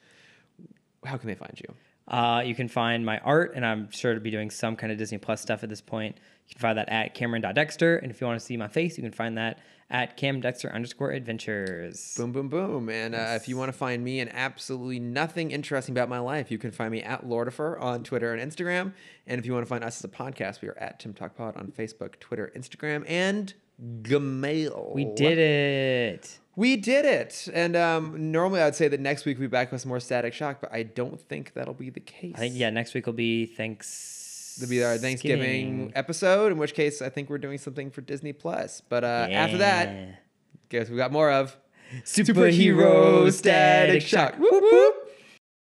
S1: how can they find you?
S2: Uh, you can find my art, and I'm sure to be doing some kind of Disney Plus stuff at this point. You can find that at Cameron.dexter. And if you want to see my face, you can find that at CamDexter underscore adventures.
S1: Boom, boom, boom. And uh, if you want to find me and absolutely nothing interesting about my life, you can find me at Lordifer on Twitter and Instagram. And if you want to find us as a podcast, we are at Tim Talk Pod on Facebook, Twitter, Instagram, and Gmail.
S2: We did it.
S1: We did it. And um, normally I'd say that next week we'll be back with some more Static Shock, but I don't think that'll be the case.
S2: I think, yeah, next week will be thanks.
S1: It'll be our Thanksgiving episode, in which case I think we're doing something for Disney Plus. But uh, after that,
S2: Yeah.
S1: guess we got more of
S2: Superhero Static Shock.
S1: Whoop, whoop.